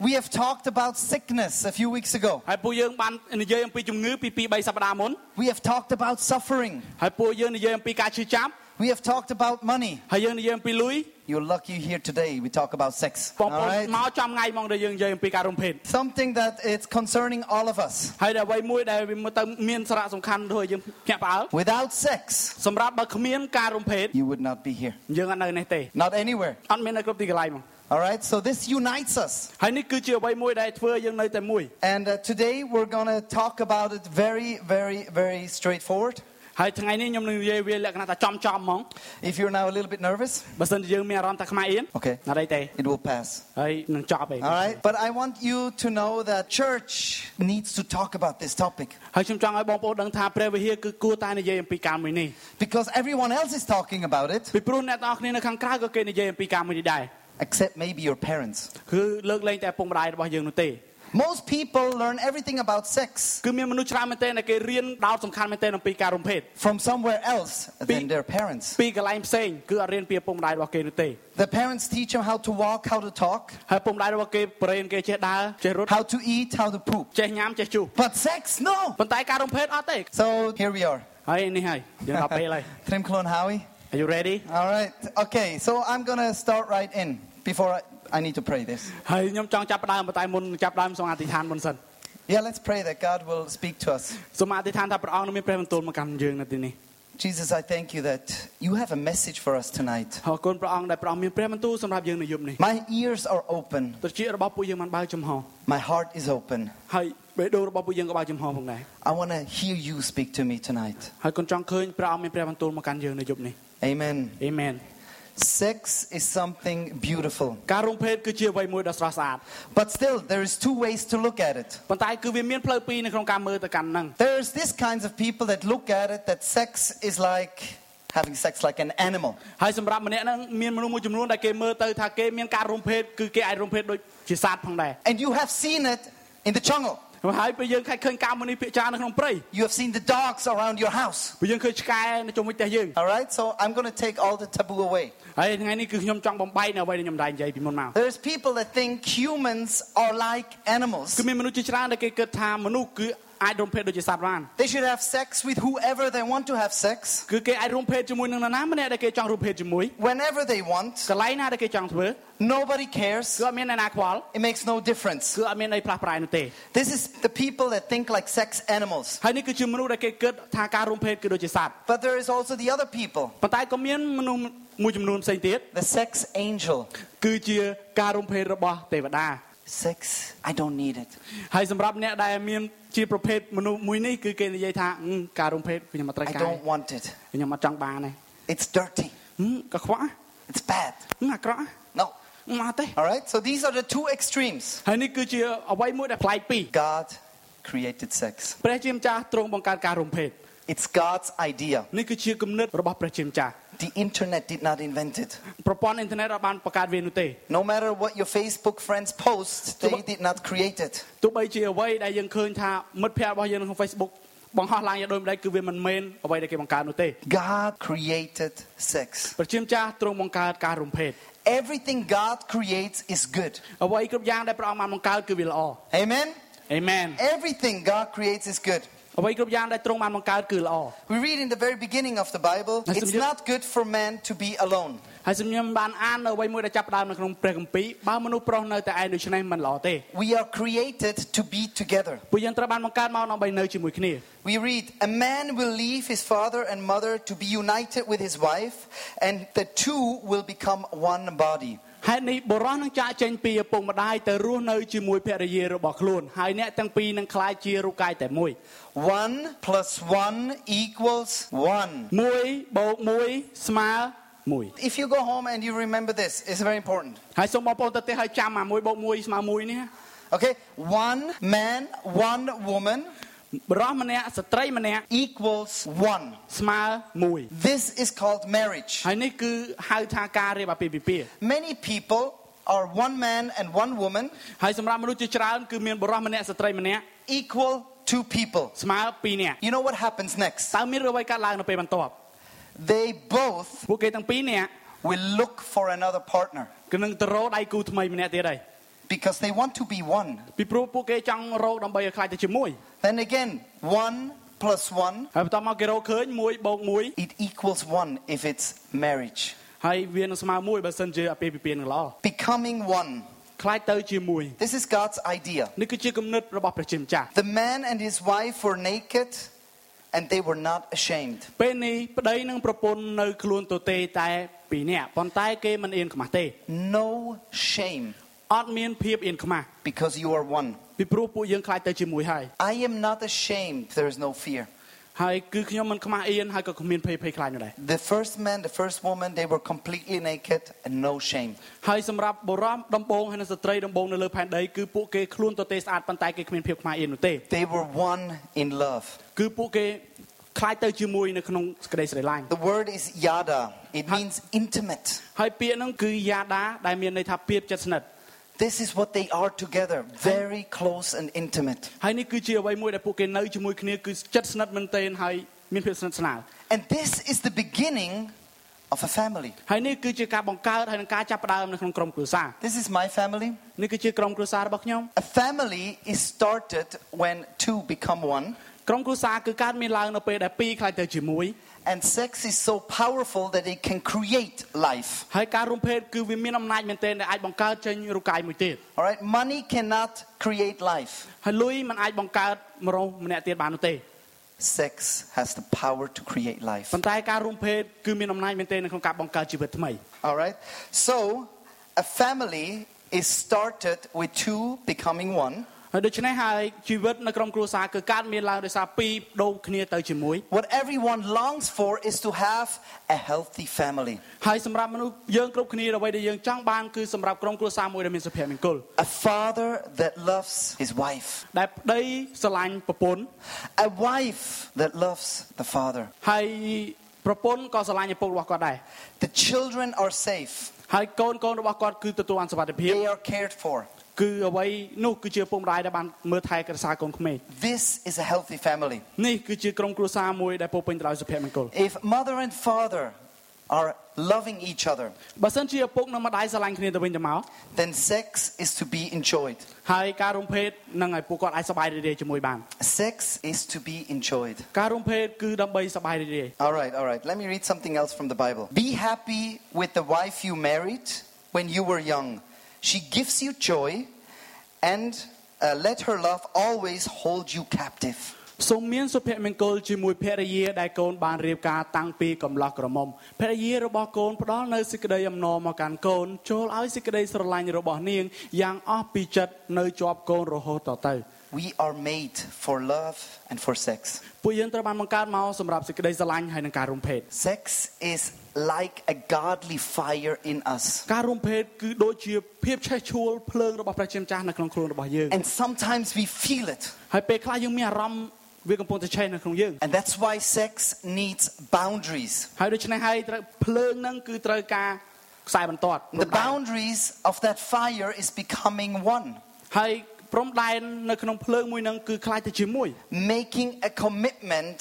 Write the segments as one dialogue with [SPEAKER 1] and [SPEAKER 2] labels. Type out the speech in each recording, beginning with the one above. [SPEAKER 1] We have talked about sickness a few weeks ago.
[SPEAKER 2] ហើយពួកយើងបាននិយាយអំពីជំងឺពី2 3សប្តាហ៍មុន
[SPEAKER 1] We have talked about suffering.
[SPEAKER 2] ហើយពួកយើងនិយាយអំពីការឈឺចាប់
[SPEAKER 1] We have talked about money.
[SPEAKER 2] ហើយយើងនិយាយអំពីលុយ
[SPEAKER 1] You're lucky here today. We talk about sex.
[SPEAKER 2] បង
[SPEAKER 1] All
[SPEAKER 2] ប្អូន
[SPEAKER 1] right?
[SPEAKER 2] មកចំថ្ងៃមកដែលយើងនិយាយអំពីការរំភេទ
[SPEAKER 1] Something that it's concerning all of us.
[SPEAKER 2] ហើយដល់អ្វីមួយដែលវាទៅមានសារៈសំខាន់ទៅឲ្យយើងភ្ញាក់ផ្អើល
[SPEAKER 1] Without sex,
[SPEAKER 2] សម្រាប់បើគ្មានការរំភេទ
[SPEAKER 1] you would not be here.
[SPEAKER 2] យើងអត់នៅនេះទេ
[SPEAKER 1] Not anywhere.
[SPEAKER 2] អត់មាននៅគ្រប់ទីកន្លែងមក
[SPEAKER 1] All right? So this unites us.
[SPEAKER 2] ហើយនេះគឺជាអ្វីមួយដែលធ្វើឲ្យយើងនៅតែមួយ
[SPEAKER 1] And uh, today we're going to talk about it very, very, very straightforward.
[SPEAKER 2] ហើយថ្ងៃនេះខ្ញុំនឹងនិយាយវាលក្ខណៈថាចំចំហ្មង
[SPEAKER 1] If you're now a little bit nervous,
[SPEAKER 2] បើសិនជាយើងមានអារម្មណ៍ថាខ្មាស់អៀន
[SPEAKER 1] Okay.
[SPEAKER 2] អត់អីទេ
[SPEAKER 1] it will pass.
[SPEAKER 2] ហើយនឹងចប់ឯង
[SPEAKER 1] All right? But I want you to know that church needs to talk about this topic
[SPEAKER 2] ហើយខ្ញុំចង់ឲ្យបងប្អូនដឹងថាព្រះវិហារគឺគួរតែនិយាយអំពីការមួយនេះ
[SPEAKER 1] because everyone else is talking about it.
[SPEAKER 2] ពីព្រោះអ្នកទាំងអស់គ្នានៅខាងក្រៅក៏គេនិយាយអំពីការមួយនេះដែរ
[SPEAKER 1] except maybe your parents.
[SPEAKER 2] គឺលើកលែងតែឪពុកម្ដាយរបស់យើងនោះទេ
[SPEAKER 1] Most people learn everything about sex
[SPEAKER 2] គឺមានមនុស្សច្រើនមែនទែនដែលគេរៀនដោតសំខាន់មែនទែនអំពីការរំភេទ
[SPEAKER 1] from somewhere else than their parents.
[SPEAKER 2] ពីកន្លែងផ្សេងគឺអត់រៀនពីឪពុកម្ដាយរបស់គេនោះទេ
[SPEAKER 1] The parents teach them how to walk, how to talk,
[SPEAKER 2] ហើយឪពុកម្ដាយរបស់គេប្រេនគេចេះដើរចេះរត់
[SPEAKER 1] how to eat, how to poop.
[SPEAKER 2] ចេះញ៉ាំចេះជុះ
[SPEAKER 1] But sex, no!
[SPEAKER 2] ប៉ុន្តែការរំភេទអត់ទេ
[SPEAKER 1] So here we are.
[SPEAKER 2] ហើយនេះហើយយើងដល់ពេលហើយ
[SPEAKER 1] Trim Clone Howie.
[SPEAKER 2] Are you ready
[SPEAKER 1] All right. Okay, so I'm gonna start right in before I, I need to pray this.
[SPEAKER 2] ហើយខ្ញុំចង់ចាប់ផ្ដើមប៉ុន្តែមុនចាប់ផ្ដើមសូមអធិដ្ឋានមុនសិន
[SPEAKER 1] Yeah, let's pray that God will speak to us.
[SPEAKER 2] សូមអធិដ្ឋានថាព្រះអង្គនឹងមានព្រះបន្ទូលមកកាន់យើងនៅទីនេះ
[SPEAKER 1] Jesus, I thank you that you have a message for us tonight.
[SPEAKER 2] អរគុណព្រះអង្គដែលព្រះអង្គមានព្រះបន្ទូលសម្រាប់យើងនៅយប់នេះ
[SPEAKER 1] My ears are open,
[SPEAKER 2] ត្រចៀករបស់ពួកយើងបានបើកចំហ
[SPEAKER 1] my heart is open.
[SPEAKER 2] ហើយបេះដូងរបស់ពួកយើងក៏បើកចំហផងដែរ
[SPEAKER 1] I wanna hear you speak to me tonight.
[SPEAKER 2] ហើយកូនចង់ឃើញព្រះអង្គមានព្រះបន្ទូលមកកាន់យើងនៅយប់នេះ
[SPEAKER 1] Amen.
[SPEAKER 2] អេមែន
[SPEAKER 1] Sex is something beautiful.
[SPEAKER 2] ការរំភេទគឺជាអ្វីមួយដ៏ស្រស់ស្អាត
[SPEAKER 1] But still, there is two ways to look at it.
[SPEAKER 2] ប៉ុន្តែគឺវាមានផ្លូវពីរនៅក្នុងការមើលទៅកាន់ហ្នឹង
[SPEAKER 1] There's this kinds of people that look at it that sex is like having sex like an animal.
[SPEAKER 2] ហើយសម្រាប់ម្នាក់ហ្នឹងមានមនុស្សមួយចំនួនដែលគេមើលទៅថាគេមានការរំភេទគឺគេអាចរំភេទដូចជាសត្វផងដែរ
[SPEAKER 1] And you have seen it in the jungle.
[SPEAKER 2] ហើយពេលយើងខិតឃើញការមួយនេះភាគច្រើននៅក្នុងព្រៃ
[SPEAKER 1] You have seen the dogs around your house.
[SPEAKER 2] ពេលយើងឃើញឆ្កែនៅជុំវិញផ្ទះយើង
[SPEAKER 1] All right? So I'm going to take all the taboo away.
[SPEAKER 2] ហើយថ្ងៃនេះគឺខ្ញុំចង់បំបែកនៅអ្វីដែលខ្ញុំដែរនិយាយពីមុនមក
[SPEAKER 1] There's people that think humans are like
[SPEAKER 2] គឺ
[SPEAKER 1] animals.
[SPEAKER 2] មានមនុស្សជាច្រើនដែលគេគិតថាមនុស្សគឺអាចរំភេទដូចជាសត្វបាន
[SPEAKER 1] They should have sex with whoever they want to have sex,
[SPEAKER 2] គឺគេអាចរំភេទជាមួយនឹងនរណាម្នាក់ដែលគេចង់រំភេទជាមួយ
[SPEAKER 1] whenever they want.
[SPEAKER 2] កន្លែងណាដែលគេចង់ធ្វើ
[SPEAKER 1] Nobody cares.
[SPEAKER 2] គឺអត់មានអ្នកណាខ្វល់
[SPEAKER 1] It makes no difference.
[SPEAKER 2] គឺអត់មានអីផ្លាស់ប្រែនោះទេ
[SPEAKER 1] This is the people that think like sex animals.
[SPEAKER 2] ហើយនេះគឺជាមនុស្សដែលគេគិតថាការរំភេទគឺដូចជាសត្វ
[SPEAKER 1] But there is also the other people,
[SPEAKER 2] ប៉ុន្តែក៏មានមនុស្សមួយចំនួនផ្សេងទៀត
[SPEAKER 1] the sex angel.
[SPEAKER 2] គឺជាការរំភេទរបស់ទេវតា
[SPEAKER 1] Sex, I don't need it.
[SPEAKER 2] ហើយសម្រាប់អ្នកដែលមានជាប្រភេទមនុស្សមួយនេះគឺគេនិយាយថាអឺការរំភេទខ្ញុំអត់ត្រូវ
[SPEAKER 1] I
[SPEAKER 2] ការ
[SPEAKER 1] don't want it.
[SPEAKER 2] ខ្ញុំអត់ចង់បានទេ
[SPEAKER 1] It's dirty.
[SPEAKER 2] ហឹមក៏ខ្វក់
[SPEAKER 1] It's bad.
[SPEAKER 2] ហឹមអាក្រក់
[SPEAKER 1] No.
[SPEAKER 2] ហឹមអត់ទេ
[SPEAKER 1] All right? So these are the two extremes.
[SPEAKER 2] ហើយនេះគឺជាអ្វីមួយដែលប្លែកពីរ
[SPEAKER 1] God created sex,
[SPEAKER 2] ព្រះជាម្ចាស់ទ្រង់បង្កើតការរំភេទ
[SPEAKER 1] it's God's idea.
[SPEAKER 2] នេះគឺជាគំនិតរបស់ព្រះជាម្ចាស់
[SPEAKER 1] The internet did not invent it.
[SPEAKER 2] ប្រព័ន្ធអ៊ីនធឺណិតអត់បានបង្កើតវានោះទេ
[SPEAKER 1] No matter what your Facebook friends post, they did not create it.
[SPEAKER 2] ទោះបីជាអ្វីដែលយើងឃើញថាមិត្តភ័ក្តិរបស់យើងនៅក្នុង Facebook បង្ហោះឡើងយ៉ាងដូចម្ដេចគឺវាមិនមែនអ្វីដែលគេបង្កើតនោះទេ
[SPEAKER 1] God created sex.
[SPEAKER 2] ព្រះជាម្ចាស់ទ្រង់បង្កើតការរំភេទ
[SPEAKER 1] Everything God creates is good.
[SPEAKER 2] អ្វីគ្រប់យ៉ាងដែលព្រះអង្គបានបង្កើតគឺវាល្អ
[SPEAKER 1] Amen?
[SPEAKER 2] អេមែន
[SPEAKER 1] Everything God creates is good.
[SPEAKER 2] អ្វីគ្រប់យ៉ាងដែលទ្រង់បានបង្កើតគឺល្អ
[SPEAKER 1] We read in the very beginning of the Bible,
[SPEAKER 2] That's
[SPEAKER 1] it's
[SPEAKER 2] some-
[SPEAKER 1] not good for man to be alone.
[SPEAKER 2] ហើយសូមខ្ញុំបានអាននៅអ្វីមួយដែលចាប់ផ្ដើមនៅក្នុងព្រះគម្ពីរបើមនុស្សប្រុសនៅតែឯងដូច្នេះមិនល្អទេ
[SPEAKER 1] We are created to be together.
[SPEAKER 2] ពួកយើងត្រូវបានបង្កើតមកដើម្បីនៅជាមួយគ្នា
[SPEAKER 1] We read, a man will leave his father and mother to be united with his wife, and the two will become one body.
[SPEAKER 2] ហេតុនេះបុរសនឹងចាកចេញពីឪពុកម្ដាយទៅរស់នៅជាមួយភរិយារបស់ខ្លួនហើយអ្នកទាំងពីរនឹងក្លាយជារូបកាយតែមួយ
[SPEAKER 1] One plus one equals one.
[SPEAKER 2] 1បូក1ស្មើ មួយ
[SPEAKER 1] If you go home and you remember this, it's very important.
[SPEAKER 2] ហើយសូមបងប្អូនទៅផ្ទះហើយចាំអាមួយបូកមួយស្មើមួយនេះ
[SPEAKER 1] Okay? One man, one woman
[SPEAKER 2] បរិសម្នាក់ស្ត្រីម្នាក់
[SPEAKER 1] equals one.
[SPEAKER 2] ស្មើមួយ
[SPEAKER 1] This is called marriage.
[SPEAKER 2] ហើយនេះគឺហៅថាការរៀបអាពាហ៍ពិពាហ៍
[SPEAKER 1] Many people are one man and one woman
[SPEAKER 2] ហើយសម្រាប់មនុស្សជាច្រើនគឺមានបរិសម្នាក់ស្ត្រីម្នាក់
[SPEAKER 1] equal two people.
[SPEAKER 2] ស្មើ2នាក់
[SPEAKER 1] You know what happens next?
[SPEAKER 2] តើមានអ្វីកើតឡើងនៅពេលបន្ទាប់
[SPEAKER 1] They both
[SPEAKER 2] ពួកគេទាំងពីរនាក់
[SPEAKER 1] will look for another partner
[SPEAKER 2] គឺនឹងទៅរកដៃគូថ្មីម្នាក់ទៀតហើយ
[SPEAKER 1] because they want to be one.
[SPEAKER 2] ពីព្រោះពួកគេចង់រកដើម្បីឲ្យខ្លាចទៅជាមួយ
[SPEAKER 1] Then again, one plus one,
[SPEAKER 2] ហើយបន្តមកគេរកឃើញមួយបូកមួយ
[SPEAKER 1] it equals one if it's marriage.
[SPEAKER 2] ហើយវានឹងស្មើមួយបើសិនជាអាពាហ៍ពិពាហ៍នឹងល្អ
[SPEAKER 1] Becoming one.
[SPEAKER 2] ខ្លាចទៅជាមួយ
[SPEAKER 1] This is God's idea.
[SPEAKER 2] នេះគឺជាគំនិតរបស់ព្រះជាម្ចាស់
[SPEAKER 1] The man and his wife were naked and they were not ashamed.
[SPEAKER 2] ពេលនេះប្តីនិងប្រពន្ធនៅខ្លួនទទេតែពីរនាក់ប៉ុន្តែគេមិនអៀនខ្មាស់ទេ
[SPEAKER 1] No shame
[SPEAKER 2] អត់មានភាពអៀនខ្មាស់
[SPEAKER 1] because you are one.
[SPEAKER 2] ពីព្រោះពួកយើងខ្លាចទៅជាមួយហើយ
[SPEAKER 1] I am not ashamed. There is no fear.
[SPEAKER 2] ហើយគឺខ្ញុំមិនខ្មាស់អៀនហើយក៏គ្មានភ័យភ័យខ្លាចនោះដែរ
[SPEAKER 1] The first man, the first woman, they were completely naked and no shame.
[SPEAKER 2] ហើយសម្រាប់បុរសដំបងហើយនិងស្ត្រីដំបងនៅលើផែនដីគឺពួកគេខ្លួនទទេស្អាតប៉ុន្តែគេគ្មានភាពខ្មាស់អៀននោះទេ
[SPEAKER 1] They were one in love.
[SPEAKER 2] គឺពួកគេខ្លាចទៅជាមួយនៅក្នុងសក្តីស្រឡាញ់
[SPEAKER 1] The word is yada. It means intimate.
[SPEAKER 2] ហើយពាក្យហ្នឹងគឺយ៉ាដាដែលមានន័យថាភាពជិតស្និទ្ធ
[SPEAKER 1] This is what they are together, very close and intimate.
[SPEAKER 2] ហើយនេះគឺជាអ្វីមួយដែលពួកគេនៅជាមួយគ្នាគឺជិតស្និទ្ធមែនទែនហើយមានភាពស្និទ្ធស្នាល
[SPEAKER 1] And this is the beginning of a family.
[SPEAKER 2] ហើយនេះគឺជាការបង្កើតហើយនឹងការចាប់ផ្ដើមនៅក្នុងក្រុមគ្រួសារ
[SPEAKER 1] This is my family.
[SPEAKER 2] នេះគឺជាក្រុមគ្រួសាររបស់ខ្ញុំ
[SPEAKER 1] A family is started when two become one.
[SPEAKER 2] ក្រុមគ្រួសារគឺកើតមានឡើងនៅពេលដែលពីរខ្លាចទៅជាមួយ
[SPEAKER 1] And sex is so powerful that it can create life.
[SPEAKER 2] ហើយការរួមភេទគឺវាមានអំណាចមែនទែនដែលអាចបង្កើតចេញរូបកាយមួយទៀត
[SPEAKER 1] All right, money cannot create life.
[SPEAKER 2] ហើយលុយมันអាចបង្កើតម្រោះម្នាក់ទៀតបាននោះទេ
[SPEAKER 1] Sex has the power to create life.
[SPEAKER 2] ប៉ុន្តែការរួមភេទគឺមានអំណាចមែនទែននៅក្នុងការបង្កើតជីវិតថ្មី
[SPEAKER 1] All right. So, a family is started with two becoming one.
[SPEAKER 2] ហើយដូច្នេះហើយជីវិតនៅក្រុមគ្រួសារគឺកើតមានឡើងដោយសារពីរដូរគ្នាទៅជាមួយ
[SPEAKER 1] What everyone longs for is to have a healthy family,
[SPEAKER 2] ហើយសម្រាប់មនុស្សយើងគ្រប់គ្នាអ្វីដែលយើងចង់បានគឺសម្រាប់ក្រុមគ្រួសារមួយដែលមានសុភមង្គល
[SPEAKER 1] a father that loves his wife,
[SPEAKER 2] ដែលប្តីស្រឡាញ់ប្រពន្ធ
[SPEAKER 1] a wife that loves the father.
[SPEAKER 2] ហើយប្រពន្ធក៏ស្រឡាញ់ឪពុករបស់គាត់ដែរ
[SPEAKER 1] The children are safe,
[SPEAKER 2] ហើយកូនកូនរបស់គាត់គឺទទួលបានសុវត្ថិភាព
[SPEAKER 1] they are cared for.
[SPEAKER 2] គឺអ្វីនោះគឺជាឪពុកម្ដាយដែលបានមើលថែក្រសារកូនក្មេង
[SPEAKER 1] This is a healthy family.
[SPEAKER 2] នេះគឺជាក្រុមគ្រួសារមួយដែលពោរពេញទៅដោយសុភមង្គល
[SPEAKER 1] If mother and father are loving each other,
[SPEAKER 2] បើសិនជាឪពុកនិងម្ដាយស្រឡាញ់គ្នាទៅវិញទៅមក
[SPEAKER 1] then sex is to be enjoyed.
[SPEAKER 2] ហើយការរួមភេទនឹងឲ្យពួកគាត់អាចសប្បាយរីករាយជាមួយបាន
[SPEAKER 1] Sex is to be enjoyed.
[SPEAKER 2] ការរួមភេទគឺដើម្បីសប្បាយរីករាយ
[SPEAKER 1] All right, all right. Let me read something else from the Bible. Be happy with the wife you married when you were young. She gives you joy, and uh, let her love always hold you captive.
[SPEAKER 2] សូមមានសុភមង្គលជាមួយភរិយាដែលកូនបានរៀបការតាំងពីកំឡោះក្រមុំភរិយារបស់កូនផ្ដល់នូវសេចក្តីអំណរមកកាន់កូនចូលឲ្យសេចក្តីស្រឡាញ់របស់នាងយ៉ាងអស់ពីចិត្តនៅជាប់កូនរហូតតទៅ
[SPEAKER 1] We are made for love and for sex.
[SPEAKER 2] ពួកយើងត្រូវបានបង្កើតមកសម្រាប់សេចក្តីស្រឡាញ់ហើយនឹងការរួមភេទ
[SPEAKER 1] Sex is like a godly fire in us.
[SPEAKER 2] ការរួមភេទគឺដូចជាភាពឆេះឆួលភ្លើងរបស់ព្រះជាម្ចាស់នៅក្នុងខ្លួនរបស់យើង
[SPEAKER 1] And sometimes we feel it.
[SPEAKER 2] ហើយពេលខ្លះយើងមានអារម្មណ៍វាកំពុងតែឆេះនៅក្នុងយើង
[SPEAKER 1] And that's why sex needs boundaries.
[SPEAKER 2] ហើយដូច្នេះហើយត្រូវភ្លើងហ្នឹងគឺត្រូវការខ្សែបន្ទាត់
[SPEAKER 1] The boundaries of that fire is becoming one,
[SPEAKER 2] ហើយព្រំដែននៅក្នុងភ្លើងមួយហ្នឹងគឺคล้ายទៅជាមួយ
[SPEAKER 1] making a commitment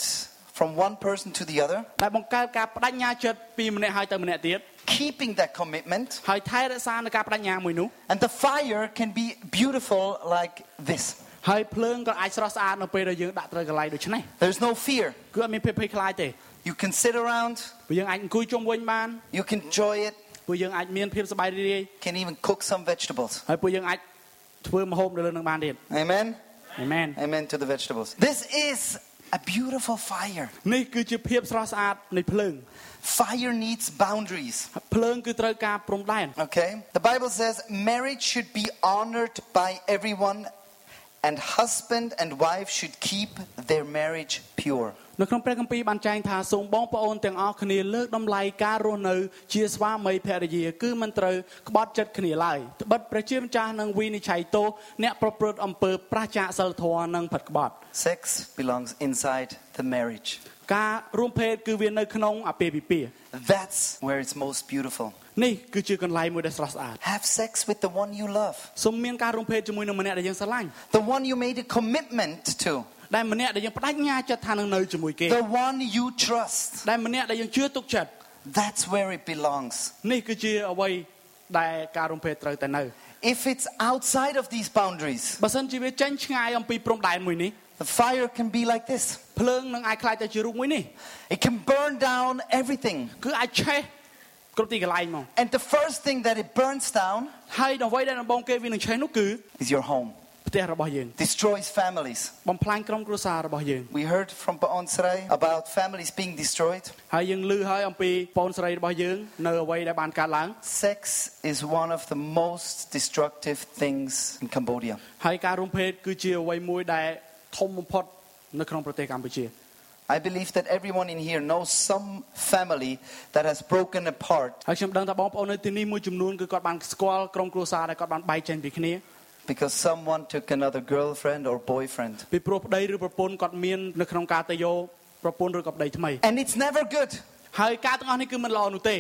[SPEAKER 1] from one person to the other,
[SPEAKER 2] ដែលបង្កើតការបដិញ្ញាចិត្តពីម្នាក់ហើយទៅម្នាក់ទៀត
[SPEAKER 1] keeping that commitment.
[SPEAKER 2] ហើយថែរក្សានៅការបដិញ្ញាមួយនោះ
[SPEAKER 1] And the fire can be beautiful like this.
[SPEAKER 2] ហើយភ្លើងក៏អាចស្រស់ស្អាតនៅពេលដែលយើងដាក់ត្រូវកន្លែងដូចនេះ
[SPEAKER 1] There's no fear.
[SPEAKER 2] គឺអត់មានភាពភ័យខ្លាចទេ
[SPEAKER 1] You can sit around,
[SPEAKER 2] ព្រោះយើងអាចអង្គុយជុំវិញបាន
[SPEAKER 1] you can enjoy it,
[SPEAKER 2] ព្រោះយើងអាចមានភាពសប្បាយរីករាយ
[SPEAKER 1] can even cook some vegetables.
[SPEAKER 2] ហើយពួកយើងអាចធ្វើម្ហូបនៅលើនឹងបានទៀត
[SPEAKER 1] Amen?
[SPEAKER 2] អេមែន
[SPEAKER 1] Amen to the vegetables. This is a beautiful fire.
[SPEAKER 2] នេះគឺជាភាពស្រស់ស្អាតនៃភ្លើង
[SPEAKER 1] Fire needs boundaries.
[SPEAKER 2] ភ្លើងគឺត្រូវការព្រំដែន
[SPEAKER 1] Okay? The Bible says marriage should be honored by everyone And husband and wife should keep their marriage pure.
[SPEAKER 2] នៅក្នុងព្រះគម្ពីរបានចែងថាសូមបងប្អូនទាំងអស់គ្នាលើកតម្លៃការរស់នៅ ជាស្វាមីភរិយាគឺមិនត្រូវក្បត់ចិត្តគ្នាឡើយត្បិតព្រះជាម្ចាស់នឹងវិនិច្ឆ័យទោសអ្នកប្រព្រឹត្តអំពើប្រឆាចសិលធម៌និងផិតក្បត់
[SPEAKER 1] Sex belongs inside the marriage.
[SPEAKER 2] ការរួមភេទគឺវានៅក្នុងអាពាហ៍ពិពាហ៍
[SPEAKER 1] That's where it's most beautiful.
[SPEAKER 2] នេះគឺជាកន្លែងមួយដែលស្រស់ស្អាត
[SPEAKER 1] Have sex with the one you love,
[SPEAKER 2] សូមមានការរួមភេទជាមួយនឹងម្នាក់ដែលយើងស្រឡាញ់
[SPEAKER 1] the one you made a commitment to,
[SPEAKER 2] ដែលម្នាក់ដែលយើងបដិញ្ញាចិត្តថានឹងនៅជាមួយគេ
[SPEAKER 1] the one you trust.
[SPEAKER 2] ដែលម្នាក់ដែលយើងជឿទុកចិត្ត
[SPEAKER 1] That's where it belongs.
[SPEAKER 2] នេះគឺជាអ្វីដែលការរំភេទត្រូវតែនៅ
[SPEAKER 1] If it's outside of these boundaries,
[SPEAKER 2] បើសិនជាវាចេញឆ្ងាយអំពីព្រំដែនមួយនេះ
[SPEAKER 1] the fire can be like this
[SPEAKER 2] ភ្លើងនឹងអាចខ្លាចទៅជារូបមួយនេះ
[SPEAKER 1] it can burn down everything.
[SPEAKER 2] គឺអាចឆេះគ្រប់ទីកន្លែងមក
[SPEAKER 1] And the first thing that it burns down
[SPEAKER 2] ហើយអ្វីដែលដំបងគេវានឹងឆេះនោះគឺ
[SPEAKER 1] is your home,
[SPEAKER 2] ផ្ទះរបស់យើង
[SPEAKER 1] destroys families.
[SPEAKER 2] បំផ្លាញក្រុមគ្រួសាររបស់យើង
[SPEAKER 1] We heard from Paon Sarai about families being destroyed.
[SPEAKER 2] ហើយយើងឮហើយអំពីបងស្រីរបស់យើងនៅអ្វីដែលបានកើតឡើង
[SPEAKER 1] Sex is one of the most destructive things in Cambodia.
[SPEAKER 2] ហើយការរំភេទគឺជាអ្វីមួយដែលធំបំផុតនៅក្នុងប្រទេសកម្ពុជា
[SPEAKER 1] I believe that everyone in here knows some family that has broken apart
[SPEAKER 2] ហើយខ្ញុំដឹងថាបងប្អូននៅទីនេះមួយចំនួនគឺគាត់បានស្គាល់ក្រុមគ្រួសារដែលគាត់បានបែកចេញពីគ្នា
[SPEAKER 1] because someone took another girlfriend or boyfriend.
[SPEAKER 2] ពីព្រោះប្តីឬប្រពន្ធគាត់មាននៅក្នុងការទៅយកប្រពន្ធឬក៏ប្តីថ្មី
[SPEAKER 1] And it's never good.
[SPEAKER 2] ហើយការទាំងអស់នេះគឺមិនល្អនោះទេ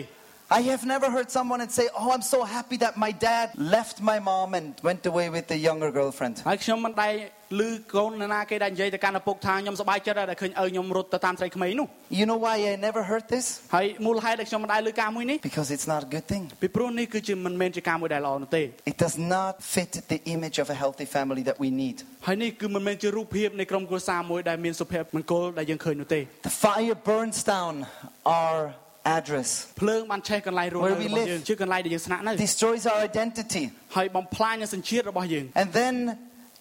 [SPEAKER 1] I have never heard someone and say, "Oh, I'm so happy that my dad left my mom and went away with the younger girlfriend."
[SPEAKER 2] ហើយខ្ញុំមិនដែរឮកូននរណាគេដែលនិយាយទៅកាន់ឪពុកថាខ្ញុំសប្បាយចិត្តដែលឃើញឪខ្ញុំរត់ទៅតាមស្រីក្មេងនោះ
[SPEAKER 1] You know why I never heard this?
[SPEAKER 2] ហើយមូលហេតុដែលខ្ញុំមិនដែរឮការមួយនេះ
[SPEAKER 1] Because it's not a good thing.
[SPEAKER 2] ពីព្រោះនេះគឺជាមិនមែនជាការមួយដែលល្អនោះទេ
[SPEAKER 1] It does not fit the image of a healthy family that we need.
[SPEAKER 2] ហើយនេះគឺមិនមែនជារូបភាពនៃក្រុមគ្រួសារមួយដែលមានសុភមង្គលដែលយើងឃើញនោះទេ
[SPEAKER 1] The fire burns down our address,
[SPEAKER 2] ភ្លើងបានឆេះកន្លែងរស់នៅ
[SPEAKER 1] Where
[SPEAKER 2] ររ
[SPEAKER 1] we
[SPEAKER 2] បស់
[SPEAKER 1] live.
[SPEAKER 2] យើងជាកន្លែងដែលយើងស្នាក់នៅ
[SPEAKER 1] destroys our identity,
[SPEAKER 2] ហើយបំផ្លាញនូវសញ្ជាតិរបស់យើង
[SPEAKER 1] and then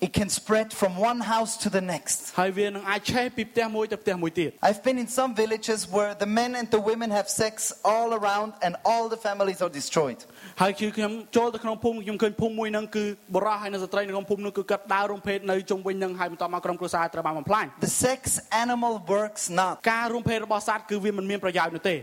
[SPEAKER 1] it can spread from one house to the next.
[SPEAKER 2] ហើយវានឹងអាចឆេះពីផ្ទះមួយទៅផ្ទះមួយទៀត
[SPEAKER 1] I've been in some villages where the men and the women have sex all around and all the families are destroyed.
[SPEAKER 2] ហើយគឺខ្ញុំចូលទៅក្នុងភូមិខ្ញុំឃើញភូមិមួយហ្នឹងគឺបរិះហើយនៅស្ត្រីនៅក្នុងភូមិនោះគឺគាត់ដើររំភេទនៅជុំវិញហ្នឹងហើយបន្តមកក្រុមគ្រួសារត្រូវបានបំផ្លាញ
[SPEAKER 1] The sex animal works not.
[SPEAKER 2] ការរំភេទរបស់សត្វគឺវាមិនមានប្រយោជន៍នោះទេ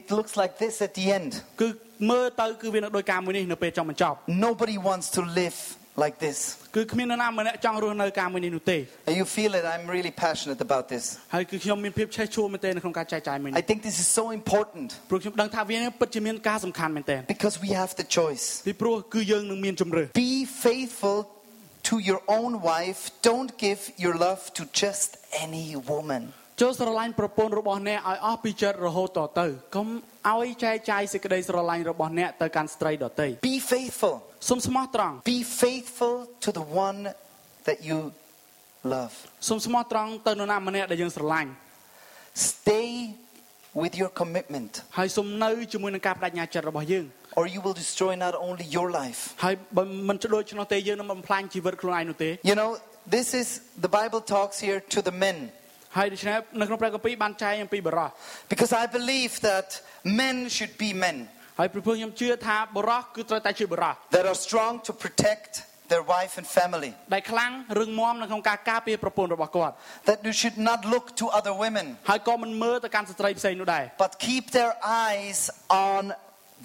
[SPEAKER 1] It looks like this at the end.
[SPEAKER 2] គឺមើលទៅគឺវានឹងដោយការមួយនេះនៅពេលចុងបញ្ចប់
[SPEAKER 1] Nobody wants to live like this.
[SPEAKER 2] គឺគ្មាននរណាម្នាក់ចង់រស់នៅការមួយនេះនោះទេ
[SPEAKER 1] And you feel it, I'm really passionate about this.
[SPEAKER 2] ហើយគឺខ្ញុំមានភាពឆេះឈួលមែនទែននៅក្នុងការចែកចាយមួយ
[SPEAKER 1] I
[SPEAKER 2] នេះ
[SPEAKER 1] think this is so important
[SPEAKER 2] ព្រោះខ្ញុំដឹងថាវាពិតជាមានការសំខាន់មែនទែន
[SPEAKER 1] because we have the choice.
[SPEAKER 2] ពីព្រោះគឺយើងនឹងមានជំរឿ
[SPEAKER 1] Be faithful to your own wife. Don't give your love to just any woman.
[SPEAKER 2] ចូលស្រឡាញ់ប្រពន្ធរបស់អ្នកឲ្យអស់ពីចិត្តរហូតតទៅកុំឲ្យចែកចាយសេចក្តីស្រឡាញ់របស់អ្នកទៅកាន់ស្ត្រីដទៃ
[SPEAKER 1] Be faithful.
[SPEAKER 2] សូមស្មោះត្រង់
[SPEAKER 1] Be faithful to the one that you love.
[SPEAKER 2] សូមស្មោះត្រង់ទៅនរណាម្នាក់ដែលយើងស្រឡាញ់
[SPEAKER 1] Stay with your commitment,
[SPEAKER 2] ហើយសូមនៅជាមួយនឹងការបដិញ្ញាចិត្តរបស់យើង
[SPEAKER 1] or you will destroy not only your life.
[SPEAKER 2] ហើយបើមិនឆ្ដូចឆ្នោះទេយើងនឹងបំផ្លាញជីវិតខ្លួនឯងនោះទេ
[SPEAKER 1] You know, this is the Bible talks here to the men
[SPEAKER 2] ហើយដូច្នេះនៅក្នុងព្រះគម្ពីរបានចែងអំពីបរោះ
[SPEAKER 1] because I believe that men should be men
[SPEAKER 2] ហើយព្រះពុទ្ធខ្ញុំជឿថាបរោះគឺត្រូវតែជាបរោះ
[SPEAKER 1] that are strong to protect their wife and family,
[SPEAKER 2] ដែលខ្លាំងរឹងមាំនៅក្នុងការការពារប្រពន្ធរបស់គាត់
[SPEAKER 1] that you should not look to other women
[SPEAKER 2] ហើយក៏មិនមើលទៅកាន់ស្ត្រីផ្សេងនោះដែរ
[SPEAKER 1] but keep their eyes on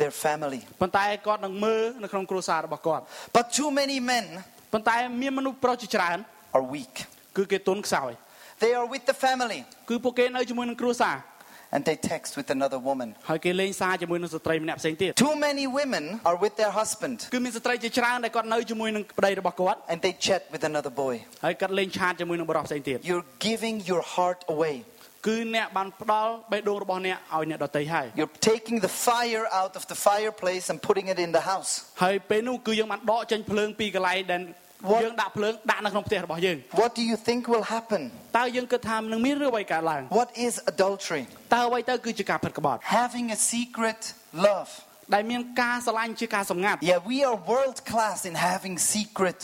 [SPEAKER 1] their family.
[SPEAKER 2] ប៉ុន្តែគាត់នឹងមើលនៅក្នុងគ្រួសាររបស់គាត់
[SPEAKER 1] But too many men
[SPEAKER 2] ប៉ុន្តែមានមនុស្សប្រុសជាច្រើន
[SPEAKER 1] are weak.
[SPEAKER 2] គឺគេទន់ខ្សោយ
[SPEAKER 1] They are with the family
[SPEAKER 2] គឺពួកគេនៅជាមួយនឹងគ្រួសារ
[SPEAKER 1] and they text with another woman.
[SPEAKER 2] ហើយគេលេងសារជាមួយនឹងស្ត្រីម្នាក់ផ្សេងទៀត
[SPEAKER 1] Too many women are with their husband
[SPEAKER 2] គឺមានស្ត្រីជាច្រើនដែលគាត់នៅជាមួយនឹងប្តីរបស់គាត់
[SPEAKER 1] and they chat with another boy.
[SPEAKER 2] ហើយគាត់លេងឆាតជាមួយនឹងបរិបផ្សេងទៀត
[SPEAKER 1] You're giving your heart away.
[SPEAKER 2] គឺអ្នកបានផ្ដល់បេះដូងរបស់អ្នកឲ្យអ្នកដតីហើយ
[SPEAKER 1] You're taking the fire out of the fireplace and putting it in the house.
[SPEAKER 2] ហើយពេលនោះគឺយើងបានដកចេញភ្លើងពីកន្លែងដែល
[SPEAKER 1] What?
[SPEAKER 2] យើងដាក់ភ្លើងដាក់នៅក្នុងផ្ទះរបស់យើង
[SPEAKER 1] What do you think will happen?
[SPEAKER 2] តើយើងគិតថានឹងមានរឿងអ្វីកើតឡើង
[SPEAKER 1] What is adultery?
[SPEAKER 2] តើអ្វីទៅគឺជាការផិតក្បត់
[SPEAKER 1] Having a secret love.
[SPEAKER 2] ដែលមានការស្រឡាញ់ជាការសម្ងាត់
[SPEAKER 1] Yeah, we are world class in having secret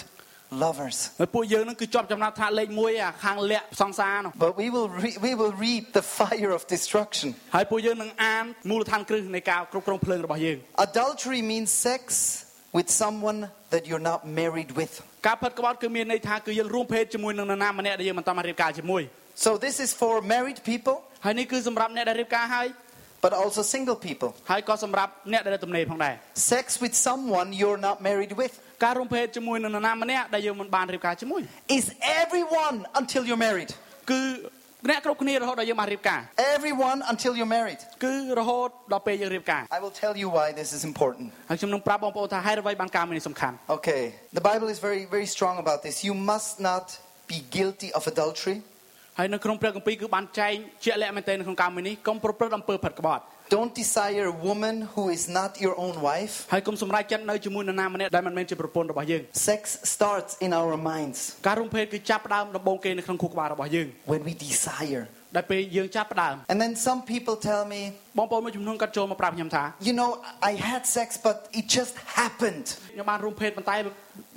[SPEAKER 1] lovers.
[SPEAKER 2] ហើយពួកយើងនឹងគឺជាប់ចំណាត់ថ្នាក់លេខ1អាខាងលាក់សង្សារនោះ
[SPEAKER 1] But we will, re- we will reap the fire of destruction.
[SPEAKER 2] ហើយពួកយើងនឹងអានមូលដ្ឋានគ្រឹះនៃការគ្រប់គ្រងភ្លើងរបស់យើង
[SPEAKER 1] Adultery means sex with someone that you're not married with.
[SPEAKER 2] ការផិតក្បត់គឺមានន័យថាគឺយើងរួមភេទជាមួយនឹងនរណាម្នាក់ដែលយើងមិនតាមបានរៀបការជាមួយ
[SPEAKER 1] So this is for married people,
[SPEAKER 2] ហើយនេះគឺសម្រាប់អ្នកដែលរៀបការហើយ
[SPEAKER 1] but also single people.
[SPEAKER 2] ហើយក៏សម្រាប់អ្នកដែលទំនេរផងដែរ
[SPEAKER 1] Sex with someone you're not married with
[SPEAKER 2] ការរួមភេទជាមួយនឹងនរណាម្នាក់ដែលយើងមិនបានរៀបការជាមួយ
[SPEAKER 1] is everyone until you're married.
[SPEAKER 2] គឺអ្នកគ្រប់គ្នារហូតដល់យើងបានរៀបការ
[SPEAKER 1] Everyone until you're married.
[SPEAKER 2] គឺរហូតដល់ពេលយើងរៀបការ
[SPEAKER 1] I will tell you why this is important.
[SPEAKER 2] ហើយខ្ញុំនឹងប្រាប់បងប្អូនថាហេតុអ្វីបានការមាននេះសំខាន់
[SPEAKER 1] Okay, the Bible is very, very strong about this. You must not be guilty of adultery.
[SPEAKER 2] ហើយនៅក្នុងព្រះគម្ពីរគឺបានចែងជាក់លាក់មែនទែននៅក្នុងការមួយនេះកុំប្រព្រឹត្តអំពើផិតក្បត់
[SPEAKER 1] Don't desire a woman who is not your own wife.
[SPEAKER 2] ហើយកុំសម្រេចចិត្តនៅជាមួយនរណាម្នាក់ដែលមិនមែនជាប្រពន្ធរបស់យើង
[SPEAKER 1] Sex starts in our minds
[SPEAKER 2] ការរួមភេទគឺចាប់ផ្ដើមដំបូងគេនៅក្នុងខួរក្បាលរបស់យើង
[SPEAKER 1] when we desire.
[SPEAKER 2] ដែលពេលយើងចាប់ផ្ដើម
[SPEAKER 1] And then some people tell me,
[SPEAKER 2] បងប្អូនមួយចំនួនគាត់ចូលមកប្រាប់ខ្ញុំថា
[SPEAKER 1] you know, I had sex, but it just happened.
[SPEAKER 2] ខ្ញុំបានរួមភេទប៉ុន្តែ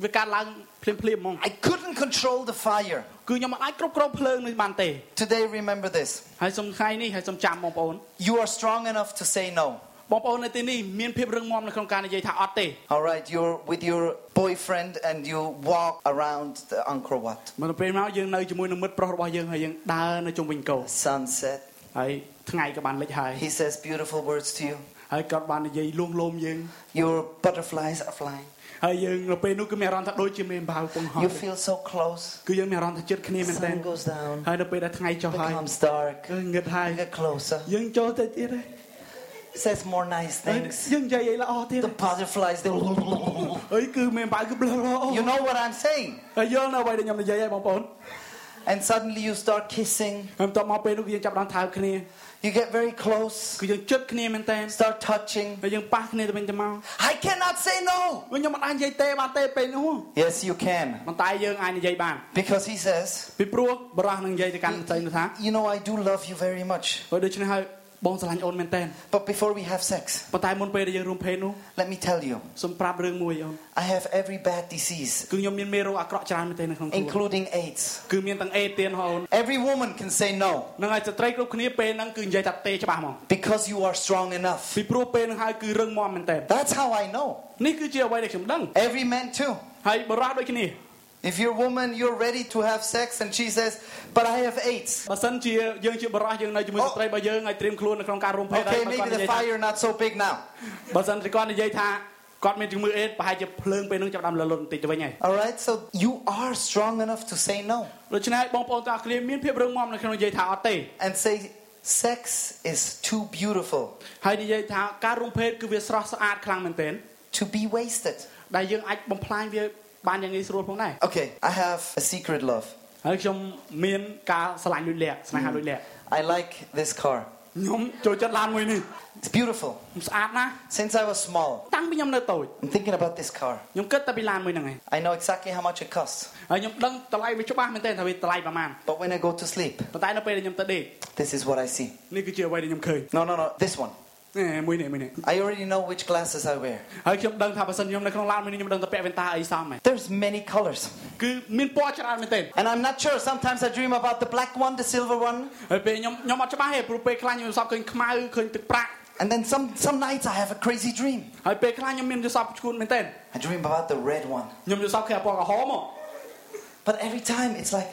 [SPEAKER 2] វាកើតឡើងភ្លាមភ្លាមៗហ្មង
[SPEAKER 1] I couldn't control the fire.
[SPEAKER 2] គឺខ្ញុំមិនអាចគ្រប់គ្រងភ្លើងនេះបានទេ
[SPEAKER 1] Today, remember this.
[SPEAKER 2] ហើយសំថ្ងៃនេះហើយសំចាំបងប្អូន
[SPEAKER 1] You are strong enough to say no.
[SPEAKER 2] បងប្អូននៅទីនេះមានភាពរឹងមាំនៅក្នុងការនិយាយថាអត់ទេ
[SPEAKER 1] All right, you're with your boyfriend and you walk around the Angkor Wat.
[SPEAKER 2] មកទៅពេលមកយើងនៅជាមួយនឹងមិត្តប្រុសរបស់យើងហើយយើងដើរនៅជុំវិញកោ
[SPEAKER 1] Sunset.
[SPEAKER 2] ហើយថ្ងៃក៏បានលិចហើយ
[SPEAKER 1] He says beautiful words to you.
[SPEAKER 2] ហើយគាត់បាននិយាយលួងលោមយើង
[SPEAKER 1] Your butterflies are flying.
[SPEAKER 2] ហើយយើងនៅពេលនោះគឺមានអារម្មណ៍ថាដូចជាមេអំបៅពងហោះ
[SPEAKER 1] You feel so close.
[SPEAKER 2] គឺយើងមានអារម្មណ៍ថាជិតគ្នា
[SPEAKER 1] The
[SPEAKER 2] មែនទែន
[SPEAKER 1] sun goes down,
[SPEAKER 2] ហើយនៅពេលដែលថ្ងៃចុះហើយ
[SPEAKER 1] becomes dark.
[SPEAKER 2] គឺងឹតហើយ
[SPEAKER 1] You get closer.
[SPEAKER 2] យើងចូលទៅទៀតហើយ
[SPEAKER 1] Says more nice
[SPEAKER 2] ហើយ
[SPEAKER 1] things.
[SPEAKER 2] យើងនិយាយឲ្យល្អទៀត
[SPEAKER 1] The butterflies, they. You
[SPEAKER 2] អីគឺមេអំបៅគឺប្លឺអូ
[SPEAKER 1] know what I'm saying?
[SPEAKER 2] ហើយយល់នៅអ្វីដែលខ្ញុំនិយាយហើយបងប្អូន
[SPEAKER 1] And suddenly you start kissing.
[SPEAKER 2] ហើយបន្ទាប់មកពេលនោះគឺយើងចាប់ផ្ដើមថើបគ្នា
[SPEAKER 1] You get very close.
[SPEAKER 2] គឺយើងជិតគ្នាមែនតើ
[SPEAKER 1] Start touching.
[SPEAKER 2] ហើយយើងប៉ះគ្នាទៅវិញទៅមក
[SPEAKER 1] I cannot say no.
[SPEAKER 2] វិញខ្ញុំមិនអាចនិយាយទេបានទេពេលនោះ
[SPEAKER 1] Yes, you can.
[SPEAKER 2] ប៉ុន្តែយើងអាចនិយាយបាន
[SPEAKER 1] Because he says,
[SPEAKER 2] ពីព្រោះបរោះនឹងនិយាយទៅកាន់ស្រីនោះថា
[SPEAKER 1] You know, I do love you very much.
[SPEAKER 2] ហើយដូច្នេះហើយបងស្រឡាញ់អូនមែនតើ
[SPEAKER 1] But before we have sex,
[SPEAKER 2] ប៉ុន្តែមុនពេលដែលយើងរួមភេទនោះ
[SPEAKER 1] let me tell you,
[SPEAKER 2] សូមប្រាប់រឿងមួយអូន
[SPEAKER 1] I have every bad disease,
[SPEAKER 2] គឺខ្ញុំមានមេរោគអាក្រក់ច្រើនមែនទែននៅក្នុងខ្លួន
[SPEAKER 1] including AIDS.
[SPEAKER 2] គឺមានទាំងអេដសទៀតហ៎អូន
[SPEAKER 1] Every woman can say no
[SPEAKER 2] នឹងហើយស្ត្រីគ្រប់គ្នាពេលហ្នឹងគឺនិយាយថាទេច្បាស់មក
[SPEAKER 1] because you are strong enough.
[SPEAKER 2] ពីព្រោះពេលហ្នឹងហើយគឺរឹងមាំមែនតើ
[SPEAKER 1] That's how I know.
[SPEAKER 2] នេះគឺជាអ្វីដែលខ្ញុំដឹង
[SPEAKER 1] Every man, too.
[SPEAKER 2] ហើយបរោះដូចគ្នា
[SPEAKER 1] If you're a woman, you're ready to have sex, and she says, But I have AIDS.
[SPEAKER 2] បើសិនជាយើងជាបរោះយើងនៅជាមួយស្ត្រីរបស់យើងហើយត្រៀមខ្លួននៅក្នុងការរួមភេទហើយ
[SPEAKER 1] Okay,
[SPEAKER 2] បើគាត់
[SPEAKER 1] maybe
[SPEAKER 2] និ
[SPEAKER 1] the
[SPEAKER 2] យាយថា
[SPEAKER 1] fire not so big now.
[SPEAKER 2] បើសិនជាគាត់និយាយថាគាត់មានជំងឺអេដសប្រហែលជាភ្លើងពេលហ្នឹងចាប់ផ្ដើមលលុនបន្តិចទៅវិញហើយ
[SPEAKER 1] All right, so you are strong enough to say no
[SPEAKER 2] ដូច្នេះហើយបងប្អូនទាំងអស់គ្នាមានភាពរឹងមាំនៅក្នុងនិយាយថាអត់ទេ
[SPEAKER 1] and say, Sex is too beautiful
[SPEAKER 2] ហើយនិយាយថាការរួមភេទគឺវាស្រស់ស្អាតខ្លាំងមែនទែន
[SPEAKER 1] to be wasted.
[SPEAKER 2] ដែលយើងអាចបំផ្លាញវាបានយ៉ាងងាយស្រួលផងដែរ
[SPEAKER 1] Okay, I have a secret love.
[SPEAKER 2] ហើយខ្ញុំមានការឆ្លាញ់លួចលាក់ស្នេហាលួចលាក់
[SPEAKER 1] I like this car.
[SPEAKER 2] ខ្ញុំចូលចិត្តឡានមួយនេះ
[SPEAKER 1] It's beautiful.
[SPEAKER 2] ស្អាតណាស់
[SPEAKER 1] Since I was small,
[SPEAKER 2] តាំងពីខ្ញុំនៅតូច
[SPEAKER 1] I'm thinking about this car.
[SPEAKER 2] ខ្ញុំគិតតែពីឡានមួយហ្នឹងឯង
[SPEAKER 1] I know exactly how much it costs.
[SPEAKER 2] ហើយខ្ញុំដឹងតម្លៃវាច្បាស់មែនទែនថាវាតម្លៃប្រហែល
[SPEAKER 1] But when I go to sleep,
[SPEAKER 2] ប៉ុន្តែនៅពេលដែលខ្ញុំទៅដេក
[SPEAKER 1] this is what I see.
[SPEAKER 2] នេះគឺជាអ្វីដែលខ្ញុំឃើញ
[SPEAKER 1] No, no, no, this one.
[SPEAKER 2] អេមួយនេះមួយនេះ
[SPEAKER 1] I already know which glasses I wear.
[SPEAKER 2] ហើយខ្ញុំដឹងថាបើសិនខ្ញុំនៅក្នុងឡានមួយនេះខ្ញុំដឹងតែពាក់វ៉ែនតាអីសមឯង
[SPEAKER 1] There's many colors.
[SPEAKER 2] គឺមានពណ៌ច្រើនមែនទែន
[SPEAKER 1] And I'm not sure. Sometimes I dream about the black one, the silver one.
[SPEAKER 2] ហើយពេលខ្ញុំខ្ញុំអត់ច្បាស់ទេព្រោះពេលខ្លះខ្ញុំសពឃើញខ្មៅឃើញទឹកប្រាក់
[SPEAKER 1] And then some, some nights I have a crazy dream.
[SPEAKER 2] ហើយពេលខ្លះខ្ញុំមានយល់សពឈួនមែនទែន
[SPEAKER 1] I dream about the red one.
[SPEAKER 2] ខ្ញុំយល់សពឃើញអាពណ៌ក្រហមមក
[SPEAKER 1] But every time it's like,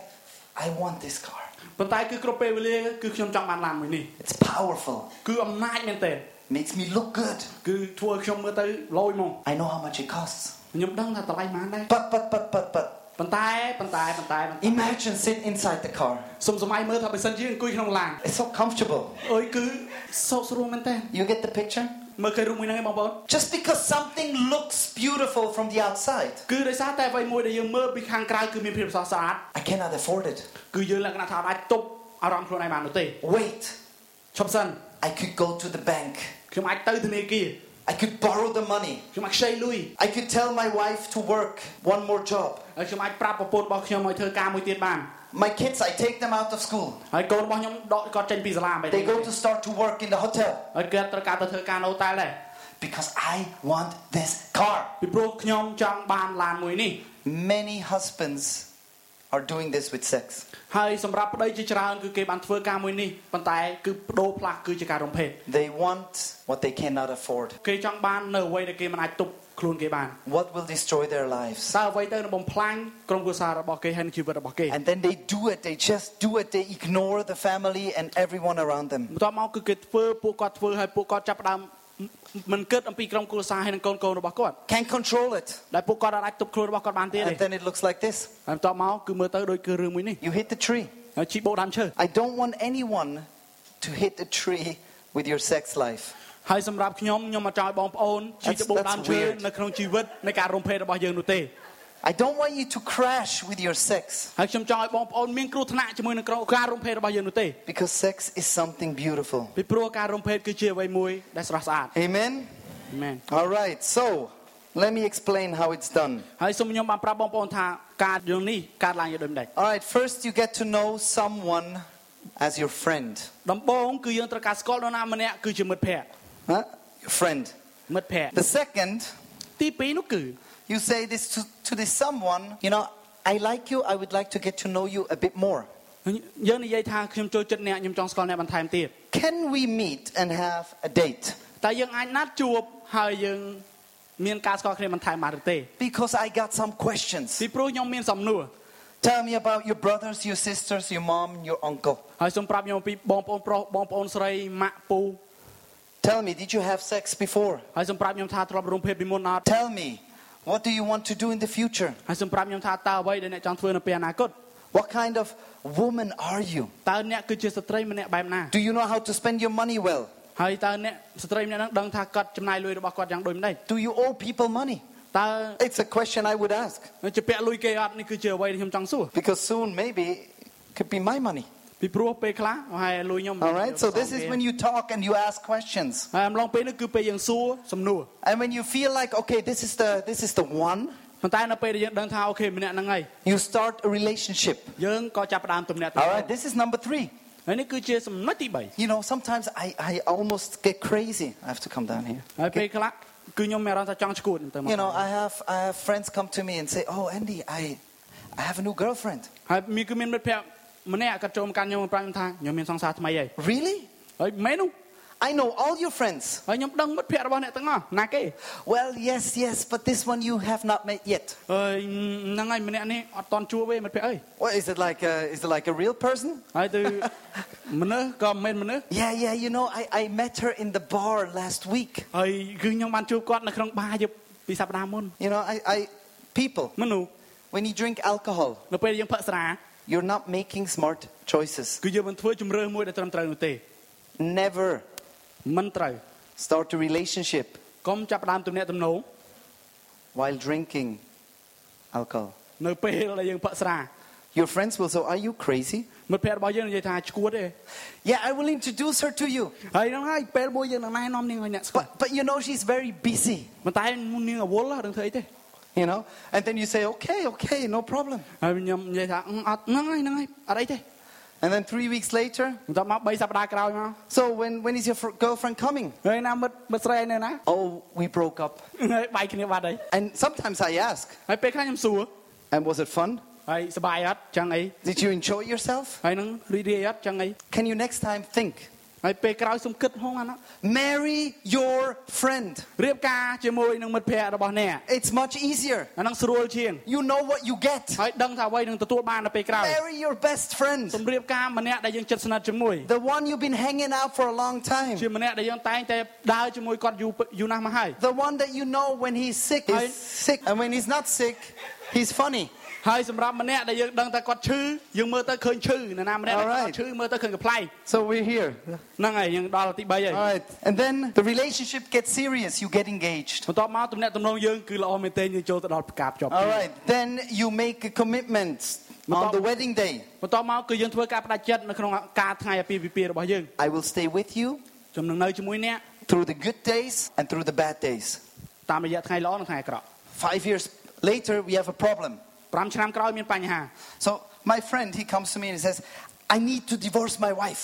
[SPEAKER 1] I want this car.
[SPEAKER 2] ប៉ុន្តែគឺគ្រប់ពេលវេលាគឺខ្ញុំចង់បានឡានមួយនេះ
[SPEAKER 1] It's powerful.
[SPEAKER 2] គឺអំណាចមែនទែន
[SPEAKER 1] Makes me look good.
[SPEAKER 2] គឺធ្វើឲ្យខ្ញុំមើលទៅលយមក
[SPEAKER 1] I know how much it costs.
[SPEAKER 2] ខ្ញុំដឹងថាតម្លៃប៉ុន្មានដែរ
[SPEAKER 1] But, but, but, but, but.
[SPEAKER 2] ប៉ុន្តែប៉ុន្តែប៉ុន្តែប៉ុន្តែ
[SPEAKER 1] Imagine sitting inside the car.
[SPEAKER 2] សុំសម័យមើលថាបើសិនជាយើងអង្គុយក្នុងឡាន
[SPEAKER 1] It's so comfortable.
[SPEAKER 2] អើយគឺសោកស្រួលមែនតើ
[SPEAKER 1] You get the picture?
[SPEAKER 2] មើលឃើញរូបមួយហ្នឹងឯងបងប្អូន
[SPEAKER 1] Just because something looks beautiful from the outside,
[SPEAKER 2] គឺដោយសារតែអ្វីមួយដែលយើងមើលពីខាងក្រៅគឺមានភាពស្រស់ស្អាត
[SPEAKER 1] I cannot afford it.
[SPEAKER 2] គឺយើងលក្ខណៈថាអាចទប់អារម្មណ៍ខ្លួនឯងបាននោះទេ
[SPEAKER 1] Wait,
[SPEAKER 2] ឈប់សិន
[SPEAKER 1] I could go to the bank.
[SPEAKER 2] ខ្ញុំអាចទៅធនាគារ
[SPEAKER 1] I could borrow the money.
[SPEAKER 2] ខ្ញុំអាចខ្ចីលុយ
[SPEAKER 1] I could tell my wife to work one more job.
[SPEAKER 2] ហើយខ្ញុំអាចប្រាប់ប្រពន្ធរបស់ខ្ញុំឲ្យធ្វើការមួយទៀតបាន
[SPEAKER 1] My kids, I take them out of school.
[SPEAKER 2] ហើយកូនរបស់ខ្ញុំដកគាត់ចេញពីសាលាបែប
[SPEAKER 1] They go to start to work in the hotel
[SPEAKER 2] ហើយគាត់ត្រូវការទៅធ្វើការនៅតែលដែរ
[SPEAKER 1] because I want this car.
[SPEAKER 2] ពីព្រោះខ្ញុំចង់បានឡានមួយនេះ
[SPEAKER 1] Many husbands are doing this with sex.
[SPEAKER 2] ហើយសម្រាប់ប្តីជាច្រើនគឺគេបានធ្វើការមួយនេះប៉ុន្តែគឺបដូរផ្លាស់គឺជាការរំភេទ
[SPEAKER 1] They want what they cannot afford,
[SPEAKER 2] គេចង់បាននៅអ្វីដែលគេមិនអាចទប់ខ្លួនគេបាន
[SPEAKER 1] what will destroy their lives.
[SPEAKER 2] តើអ្វីទៅនឹងបំផ្លាញក្រុមគ្រួសាររបស់គេហើយនឹងជីវិតរបស់គេ
[SPEAKER 1] And then they do it, they just do it, they ignore the family and everyone around them.
[SPEAKER 2] បន្ទាប់មកគឺគេធ្វើពួកគាត់ធ្វើហើយពួកគាត់ចាប់ផ្ដើមមិនគិតអំពីក្រុមគ្រួសារហើយនឹងកូនកូនរបស់គាត់
[SPEAKER 1] Can't control it.
[SPEAKER 2] ដែលពួកគាត់អាចទប់ខ្លួនរបស់គាត់បានទៀតទេ
[SPEAKER 1] And then it looks like this
[SPEAKER 2] ហើយបន្ទាប់មកគឺមើលទៅដូចគឺរឿងមួយនេះ
[SPEAKER 1] you hit the tree.
[SPEAKER 2] ហើយជីបោកដាំឈើ
[SPEAKER 1] I don't want anyone to hit the tree with your sex life.
[SPEAKER 2] ហើយសម្រាប់ខ្ញុំខ្ញុំមកចង់ឲ្យបងប្អូនជីទៅ
[SPEAKER 1] That's-
[SPEAKER 2] បោក
[SPEAKER 1] that's
[SPEAKER 2] ដាំឈើ
[SPEAKER 1] weird.
[SPEAKER 2] នៅក្នុងជីវិតនៃការរំភេទរបស់យើងនោះទេ
[SPEAKER 1] I don't want you to crash with your sex
[SPEAKER 2] ហើយខ្ញុំចង់ឲ្យបងប្អូនមានគ្រោះថ្នាក់ជាមួយនឹងក្រុមការរំភេទរបស់យើងនោះទេ
[SPEAKER 1] because sex is something beautiful.
[SPEAKER 2] ពីព្រោះការរំភេទគឺជាអ្វីមួយដែលស្រស់ស្អាត
[SPEAKER 1] Amen?
[SPEAKER 2] មែន
[SPEAKER 1] All right, so let me explain how it's done.
[SPEAKER 2] ហើយសូមខ្ញុំបានប្រាប់បងប្អូនថាការយើងនេះកើតឡើងយ៉ាងដូចម្ដេច
[SPEAKER 1] All right, first you get to know someone as your friend.
[SPEAKER 2] ដំបូងគឺយើងត្រូវការស្គាល់នរណាម្នាក់គឺជាមិត្តភ័ក្តិ
[SPEAKER 1] Huh? Your friend.
[SPEAKER 2] មិត្តភ័ក្តិ
[SPEAKER 1] The second,
[SPEAKER 2] ទី2នោះគឺ
[SPEAKER 1] you say this to, to this someone, you know, I like you, I would like to get to know you a bit more.
[SPEAKER 2] យើងនិយាយថាខ្ញុំចូលចិត្តអ្នកខ្ញុំចង់ស្គាល់អ្នកបន្ថែមទៀត
[SPEAKER 1] Can we meet and have a date?
[SPEAKER 2] តែយើងអាចណាត់ជួបហើយយើងមានការស្គាល់គ្នាបន្ថែមបានឬទេ
[SPEAKER 1] Because I got some questions.
[SPEAKER 2] ពីព្រោះខ្ញុំមានសំណួរ
[SPEAKER 1] Tell me about your brothers, your sisters, your mom, and your uncle.
[SPEAKER 2] ហើយសូមប្រាប់ខ្ញុំអំពីបងប្អូនប្រុសបងប្អូនស្រីម៉ាក់ពូ
[SPEAKER 1] Tell me, did you have sex before?
[SPEAKER 2] ហើយសូមប្រាប់ខ្ញុំថាទ្រពរំភេទពីមុនអត់
[SPEAKER 1] Tell me, what do you want to do in the future?
[SPEAKER 2] ហើយសូមប្រាប់ខ្ញុំថាតើអ្វីដែលអ្នកចង់ធ្វើនៅពេលអនាគត
[SPEAKER 1] What kind of woman are you?
[SPEAKER 2] តើអ្នកគឺជាស្ត្រីម្នាក់បែបណា
[SPEAKER 1] Do you know how to spend your money well?
[SPEAKER 2] ហើយតើអ្នកស្ត្រីម្នាក់ហ្នឹងដឹងថាគាត់ចំណាយលុយរបស់គាត់យ៉ាងដូចម្ដេច
[SPEAKER 1] Do you owe people money?
[SPEAKER 2] តើ
[SPEAKER 1] It's a question I would ask
[SPEAKER 2] ជាពាក់លុយគេអត់នេះគឺជាអ្វីដែលខ្ញុំចង់សួរ
[SPEAKER 1] because soon maybe it could be my money.
[SPEAKER 2] ពីព្រោះពេលខ្លះប្រហែលលុយខ្ញុំ
[SPEAKER 1] All right, so this is when you talk and you ask questions.
[SPEAKER 2] ហើយអំឡុងពេលនេះគឺពេលយើងសួរសំណួរ
[SPEAKER 1] And when you feel like, okay, this is the, this is the one,
[SPEAKER 2] ប៉ុន្តែនៅពេលដែលយើងដឹងថាអូខេម្នាក់ហ្នឹងហើយ
[SPEAKER 1] you start a relationship.
[SPEAKER 2] យើងក៏ចាប់ផ្ដើមទំនាក់ទំនង
[SPEAKER 1] All right, this is number three.
[SPEAKER 2] ហើយនេះគឺជាចំណុចទី
[SPEAKER 1] You know, sometimes I, I almost get crazy. I have to come down here.
[SPEAKER 2] 3ហើយពេលខ្លះគឺខ្ញុំមានអារម្មណ៍ថាចង់ឈួតទៅមក
[SPEAKER 1] You know, I have, I have friends come to me and say, oh, Andy, I, I have a new girlfriend.
[SPEAKER 2] ហើយមានគឺមានមិត្តភ័ក្តិម្នាក់ក៏ចូលមកកាន់ខ្ញុំមកប្រាប់ខ្ញុំថាខ្ញុំមានសង្សារថ្មីហើយ
[SPEAKER 1] Really?
[SPEAKER 2] ហើយមែននោះ
[SPEAKER 1] I know all your friends.
[SPEAKER 2] ហើយខ្ញុំដឹងមិត្តភ័ក្តិរបស់អ្នកទាំងអស់ណាគេ
[SPEAKER 1] Well, yes, yes, but this one you have not met yet.
[SPEAKER 2] ហើយហ្នឹងហើយម្នាក់នេះអត់តន់ជួបទេមិត្តភ័ក្តិអើយ
[SPEAKER 1] What is it like? A, is it like a real person?
[SPEAKER 2] ហើយ ទៅ មនុស្សក៏មិនមែនមនុស្ស
[SPEAKER 1] Yeah, yeah. You know, I, I met her in the bar last week.
[SPEAKER 2] ហើយគឺខ្ញុំបានជួបគាត់នៅក្នុងបារយប់ពីសប្តាហ៍មុន
[SPEAKER 1] You know, I, I people
[SPEAKER 2] មនុស្ស
[SPEAKER 1] when you drink alcohol,
[SPEAKER 2] នៅពេលយើងផឹកស្រា
[SPEAKER 1] you're not making smart choices.
[SPEAKER 2] គឺយើងមិនធ្វើជំរឿសមួយដែលត្រឹមត្រូវនោះទេ
[SPEAKER 1] Never
[SPEAKER 2] មិនត្រូវ
[SPEAKER 1] start a relationship
[SPEAKER 2] កុំចាប់ផ្ដើមទំនាក់ទំនង
[SPEAKER 1] while drinking alcohol.
[SPEAKER 2] នៅពេលដែលយើងផឹកស្រា
[SPEAKER 1] Your friends will say, "Are you crazy?"
[SPEAKER 2] មិត្តភ័ក្តិរបស់យើងនិយាយថាឈួតទេ
[SPEAKER 1] Yeah, I will introduce her to you,
[SPEAKER 2] ហើយហ្នឹងហើយពេលមួយយើងនឹងណែនាំនាងឲ្យអ្នកស្គាល់
[SPEAKER 1] but but you know she's very busy.
[SPEAKER 2] ប៉ុន្តែនាងអវល់ហ៎ដឹងធ្វើអីទេ
[SPEAKER 1] You know, and then you say, "Okay, okay, no problem."
[SPEAKER 2] ហើយខ្ញុំនិយាយថាអឺអត់ហ្នឹងហើយហ្នឹងហើយអត់អីទេ
[SPEAKER 1] And then three weeks later,
[SPEAKER 2] បន្ទាប់មក3សប្តាហ៍ក្រោយមក
[SPEAKER 1] so when when is your fr- girlfriend coming?
[SPEAKER 2] ហើយណាមិត្តមិត្តស្រីនៅណា
[SPEAKER 1] Oh, we broke up.
[SPEAKER 2] ហើយបែកគ្នាបាត់ហើយ
[SPEAKER 1] And sometimes I ask,
[SPEAKER 2] ហើយពេលខ្លះខ្ញុំសួរ
[SPEAKER 1] and was it fun?
[SPEAKER 2] ហើយសប្បាយអត់ចឹងអី
[SPEAKER 1] Did you enjoy yourself?
[SPEAKER 2] ហើយហ្នឹងរីករាយអត់ចឹងអី
[SPEAKER 1] Can you next time think?
[SPEAKER 2] ហើយពេលក្រោយសុំគិតហងអាណា
[SPEAKER 1] Marry your friend.
[SPEAKER 2] រៀបការជាមួយនឹងមិត្តភ័ក្តិរបស់អ្នក
[SPEAKER 1] It's much easier.
[SPEAKER 2] អាហ្នឹងស្រួលជាង
[SPEAKER 1] You know what you get.
[SPEAKER 2] ហើយដឹងថាអ្វីនឹងទទួលបាននៅពេលក្រោយ
[SPEAKER 1] Marry your best friend.
[SPEAKER 2] សូមរៀបការម្នាក់ដែលយើងចិត្តស្និទ្ធជាមួយ
[SPEAKER 1] The one you've been hanging out for a long time.
[SPEAKER 2] ជាម្នាក់ដែលយើងតែងតែដើរជាមួយគាត់យូរពេយូរណាស់មកហើយ
[SPEAKER 1] The one that you know when he's sick is
[SPEAKER 2] I-
[SPEAKER 1] sick. And when he's not sick, he's funny.
[SPEAKER 2] ហើយសម្រាប់ម្នាក់ដែលយើងដឹងថាគាត់ឈឺយើងមើលទៅឃើញឈឺនរណាម្នាក់ដែល
[SPEAKER 1] Alright.
[SPEAKER 2] គាត់ឈឺមើលទៅឃើញកំ plai
[SPEAKER 1] So we're here.
[SPEAKER 2] ហ្នឹងហើយយើងដល់ទី3ហើយ
[SPEAKER 1] All right. And then the relationship gets serious. You get engaged.
[SPEAKER 2] បន្ទាប់មកទំនាក់ទំនងយើងគឺល្អមែនទែនយើងចូលទៅដល់ផ្កាភ្ជាប់
[SPEAKER 1] All right. Then you make a commitment on the wedding day.
[SPEAKER 2] បន្ទាប់មកគឺយើងធ្វើការបដិចិត្តនៅក្នុងការថ្ងៃអាពាហ៍ពិពាហ៍របស់យើង
[SPEAKER 1] I will stay with you
[SPEAKER 2] ខ្ញុំនឹងនៅជាមួយអ្នក
[SPEAKER 1] through the good days and through the bad days.
[SPEAKER 2] តាមរយៈថ្ងៃល្អនិងថ្ងៃអាក្រក់
[SPEAKER 1] Five years later, we have a problem.
[SPEAKER 2] 5ឆ្នាំក្រោយមានបញ្ហា
[SPEAKER 1] So my friend, he comes to me and he says, I need to divorce my wife.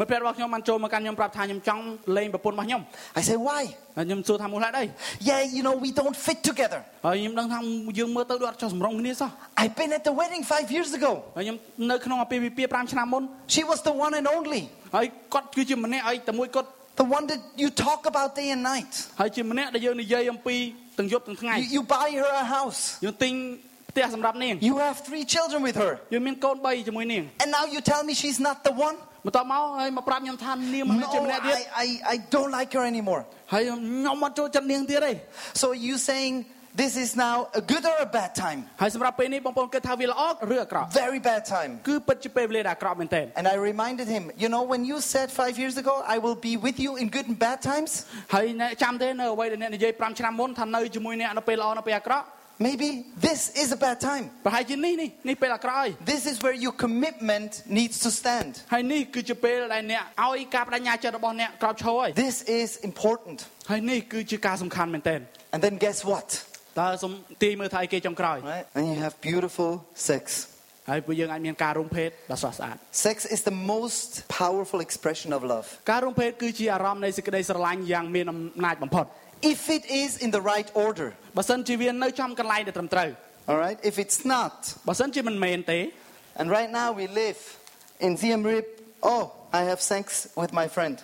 [SPEAKER 2] មិត្តភក្តិរបស់ខ្ញុំបានចូលមកកាន់ខ្ញុំប្រាប់ថាខ្ញុំចង់លេងប្រពន្ធរបស់ខ្ញុំ
[SPEAKER 1] I say, Why?
[SPEAKER 2] ហើយខ្ញុំសួរថាមូលហេតុអី
[SPEAKER 1] Yeah, you know, we don't fit together.
[SPEAKER 2] ហើយខ្ញុំដឹងថាយើងមើលទៅដូចអត់ចោះសម្រងគ្នាសោះ
[SPEAKER 1] I've been at the wedding five years ago.
[SPEAKER 2] ហើយខ្ញុំនៅក្នុងអាពាហ៍ពិពាហ៍5ឆ្នាំមុន
[SPEAKER 1] She was the one and only,
[SPEAKER 2] ហើយគាត់គឺជាម្នាក់ហើយតែមួយគាត់
[SPEAKER 1] the one that you talk about day and night.
[SPEAKER 2] ហើយជាម្នាក់ដែលយើងនិយាយអំពីទាំងយប់ទាំងថ្ងៃ
[SPEAKER 1] You, you buy her a house.
[SPEAKER 2] យើងទិញផ្ទះសម្រាប់នាង
[SPEAKER 1] You have three children with her.
[SPEAKER 2] យើងមានកូន3ជាមួយនាង
[SPEAKER 1] And now you tell me she's not the one?
[SPEAKER 2] បន្ទាប់មកហើយមកប្រាប់ខ្ញុំថានាងមិន
[SPEAKER 1] No,
[SPEAKER 2] ជាម្នាក់ទៀត
[SPEAKER 1] I, I, I don't like her anymore.
[SPEAKER 2] ហើយខ្ញុំអត់ចូលចិត្តនាងទៀតទេ
[SPEAKER 1] So you saying this is now a good or a bad time?
[SPEAKER 2] ហើយសម្រាប់ពេលនេះបងប្អូនគិតថាវាល្អឬអាក្រក់
[SPEAKER 1] Very bad time.
[SPEAKER 2] គឺពិតជាពេលវេលាដែលអាក្រក់មែនទែន
[SPEAKER 1] And I reminded him, you know, when you said five years ago, I will be with you in good and bad times,
[SPEAKER 2] ហើយអ្នកចាំទេនៅអ្វីដែលអ្នកនិយាយ5ឆ្នាំមុនថានៅជាមួយអ្នកនៅពេលល្អនៅពេលអាក្រក់
[SPEAKER 1] maybe this is a bad time.
[SPEAKER 2] ប្រហែលជានេះនេះនេះពេលអាក្រក់ហើយ
[SPEAKER 1] This is where your commitment needs to stand.
[SPEAKER 2] ហើយនេះគឺជាពេលដែលអ្នកឲ្យការបដិញ្ញាចិត្តរបស់អ្នកក្រោកឈរហើយ
[SPEAKER 1] This is important.
[SPEAKER 2] ហើយនេះគឺជាការសំខាន់មែនទែន
[SPEAKER 1] And then guess what?
[SPEAKER 2] តើសុំទីមើលថាអីគេចុងក្រោយ
[SPEAKER 1] Right? Then you have beautiful sex.
[SPEAKER 2] ហើយពួកយើងអាចមានការរួមភេទដ៏ស្រស់ស្អាត
[SPEAKER 1] Sex is the most powerful expression of love.
[SPEAKER 2] ការរួមភេទគឺជាអារម្មណ៍នៃសេចក្តីស្រឡាញ់យ៉ាងមានអំណាចបំផុត
[SPEAKER 1] If it is in the right order,
[SPEAKER 2] បើសិនជាវានៅចំកន្លែងដែលត្រឹមត្រូវ
[SPEAKER 1] all right? If it's not,
[SPEAKER 2] បើសិនជាមិនមែនទេ
[SPEAKER 1] and right now we live in Siem Reap, oh, I have sex with my friend,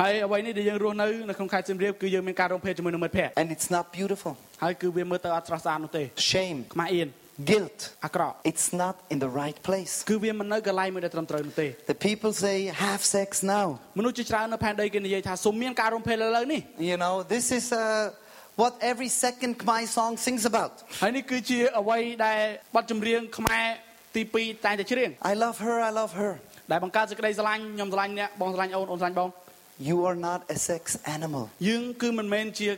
[SPEAKER 2] ហើយអ្វីនេះដែលយើងរស់នៅនៅក្នុងខេត្តសៀមរាបគឺយើងមានការរួមភេទជាមួយនឹងមិត្តភ័ក្តិ
[SPEAKER 1] and it's not beautiful.
[SPEAKER 2] ហើយគឺវាមើលទៅអត់ស្រស់ស្អាតនោះទេ
[SPEAKER 1] Shame,
[SPEAKER 2] ខ្មាស់អៀន
[SPEAKER 1] guilt.
[SPEAKER 2] អាក្រក់
[SPEAKER 1] It's not in the right place.
[SPEAKER 2] គឺវាមិននៅកន្លែងមួយដែលត្រឹមត្រូវនោះទេ
[SPEAKER 1] The people say, have sex now.
[SPEAKER 2] មនុស្សជាច្រើននៅផែនដីគេនិយាយថាសូមមានការរួមភេទឥឡូវនេះ
[SPEAKER 1] You know, this is uh, what every second Khmer song sings about.
[SPEAKER 2] ហើយនេះគឺជាអ្វីដែលបទចម្រៀងខ្មែរទី2តែងតែច្រៀង
[SPEAKER 1] I love her, I love her.
[SPEAKER 2] ដែលបង្កើតសេចក្តីស្រឡាញ់ខ្ញុំស្រឡាញ់អ្នកបងស្រឡាញ់អូនអូនស្រឡាញ់បង
[SPEAKER 1] You are not a sex animal.
[SPEAKER 2] យើងគឺមិនមែនជា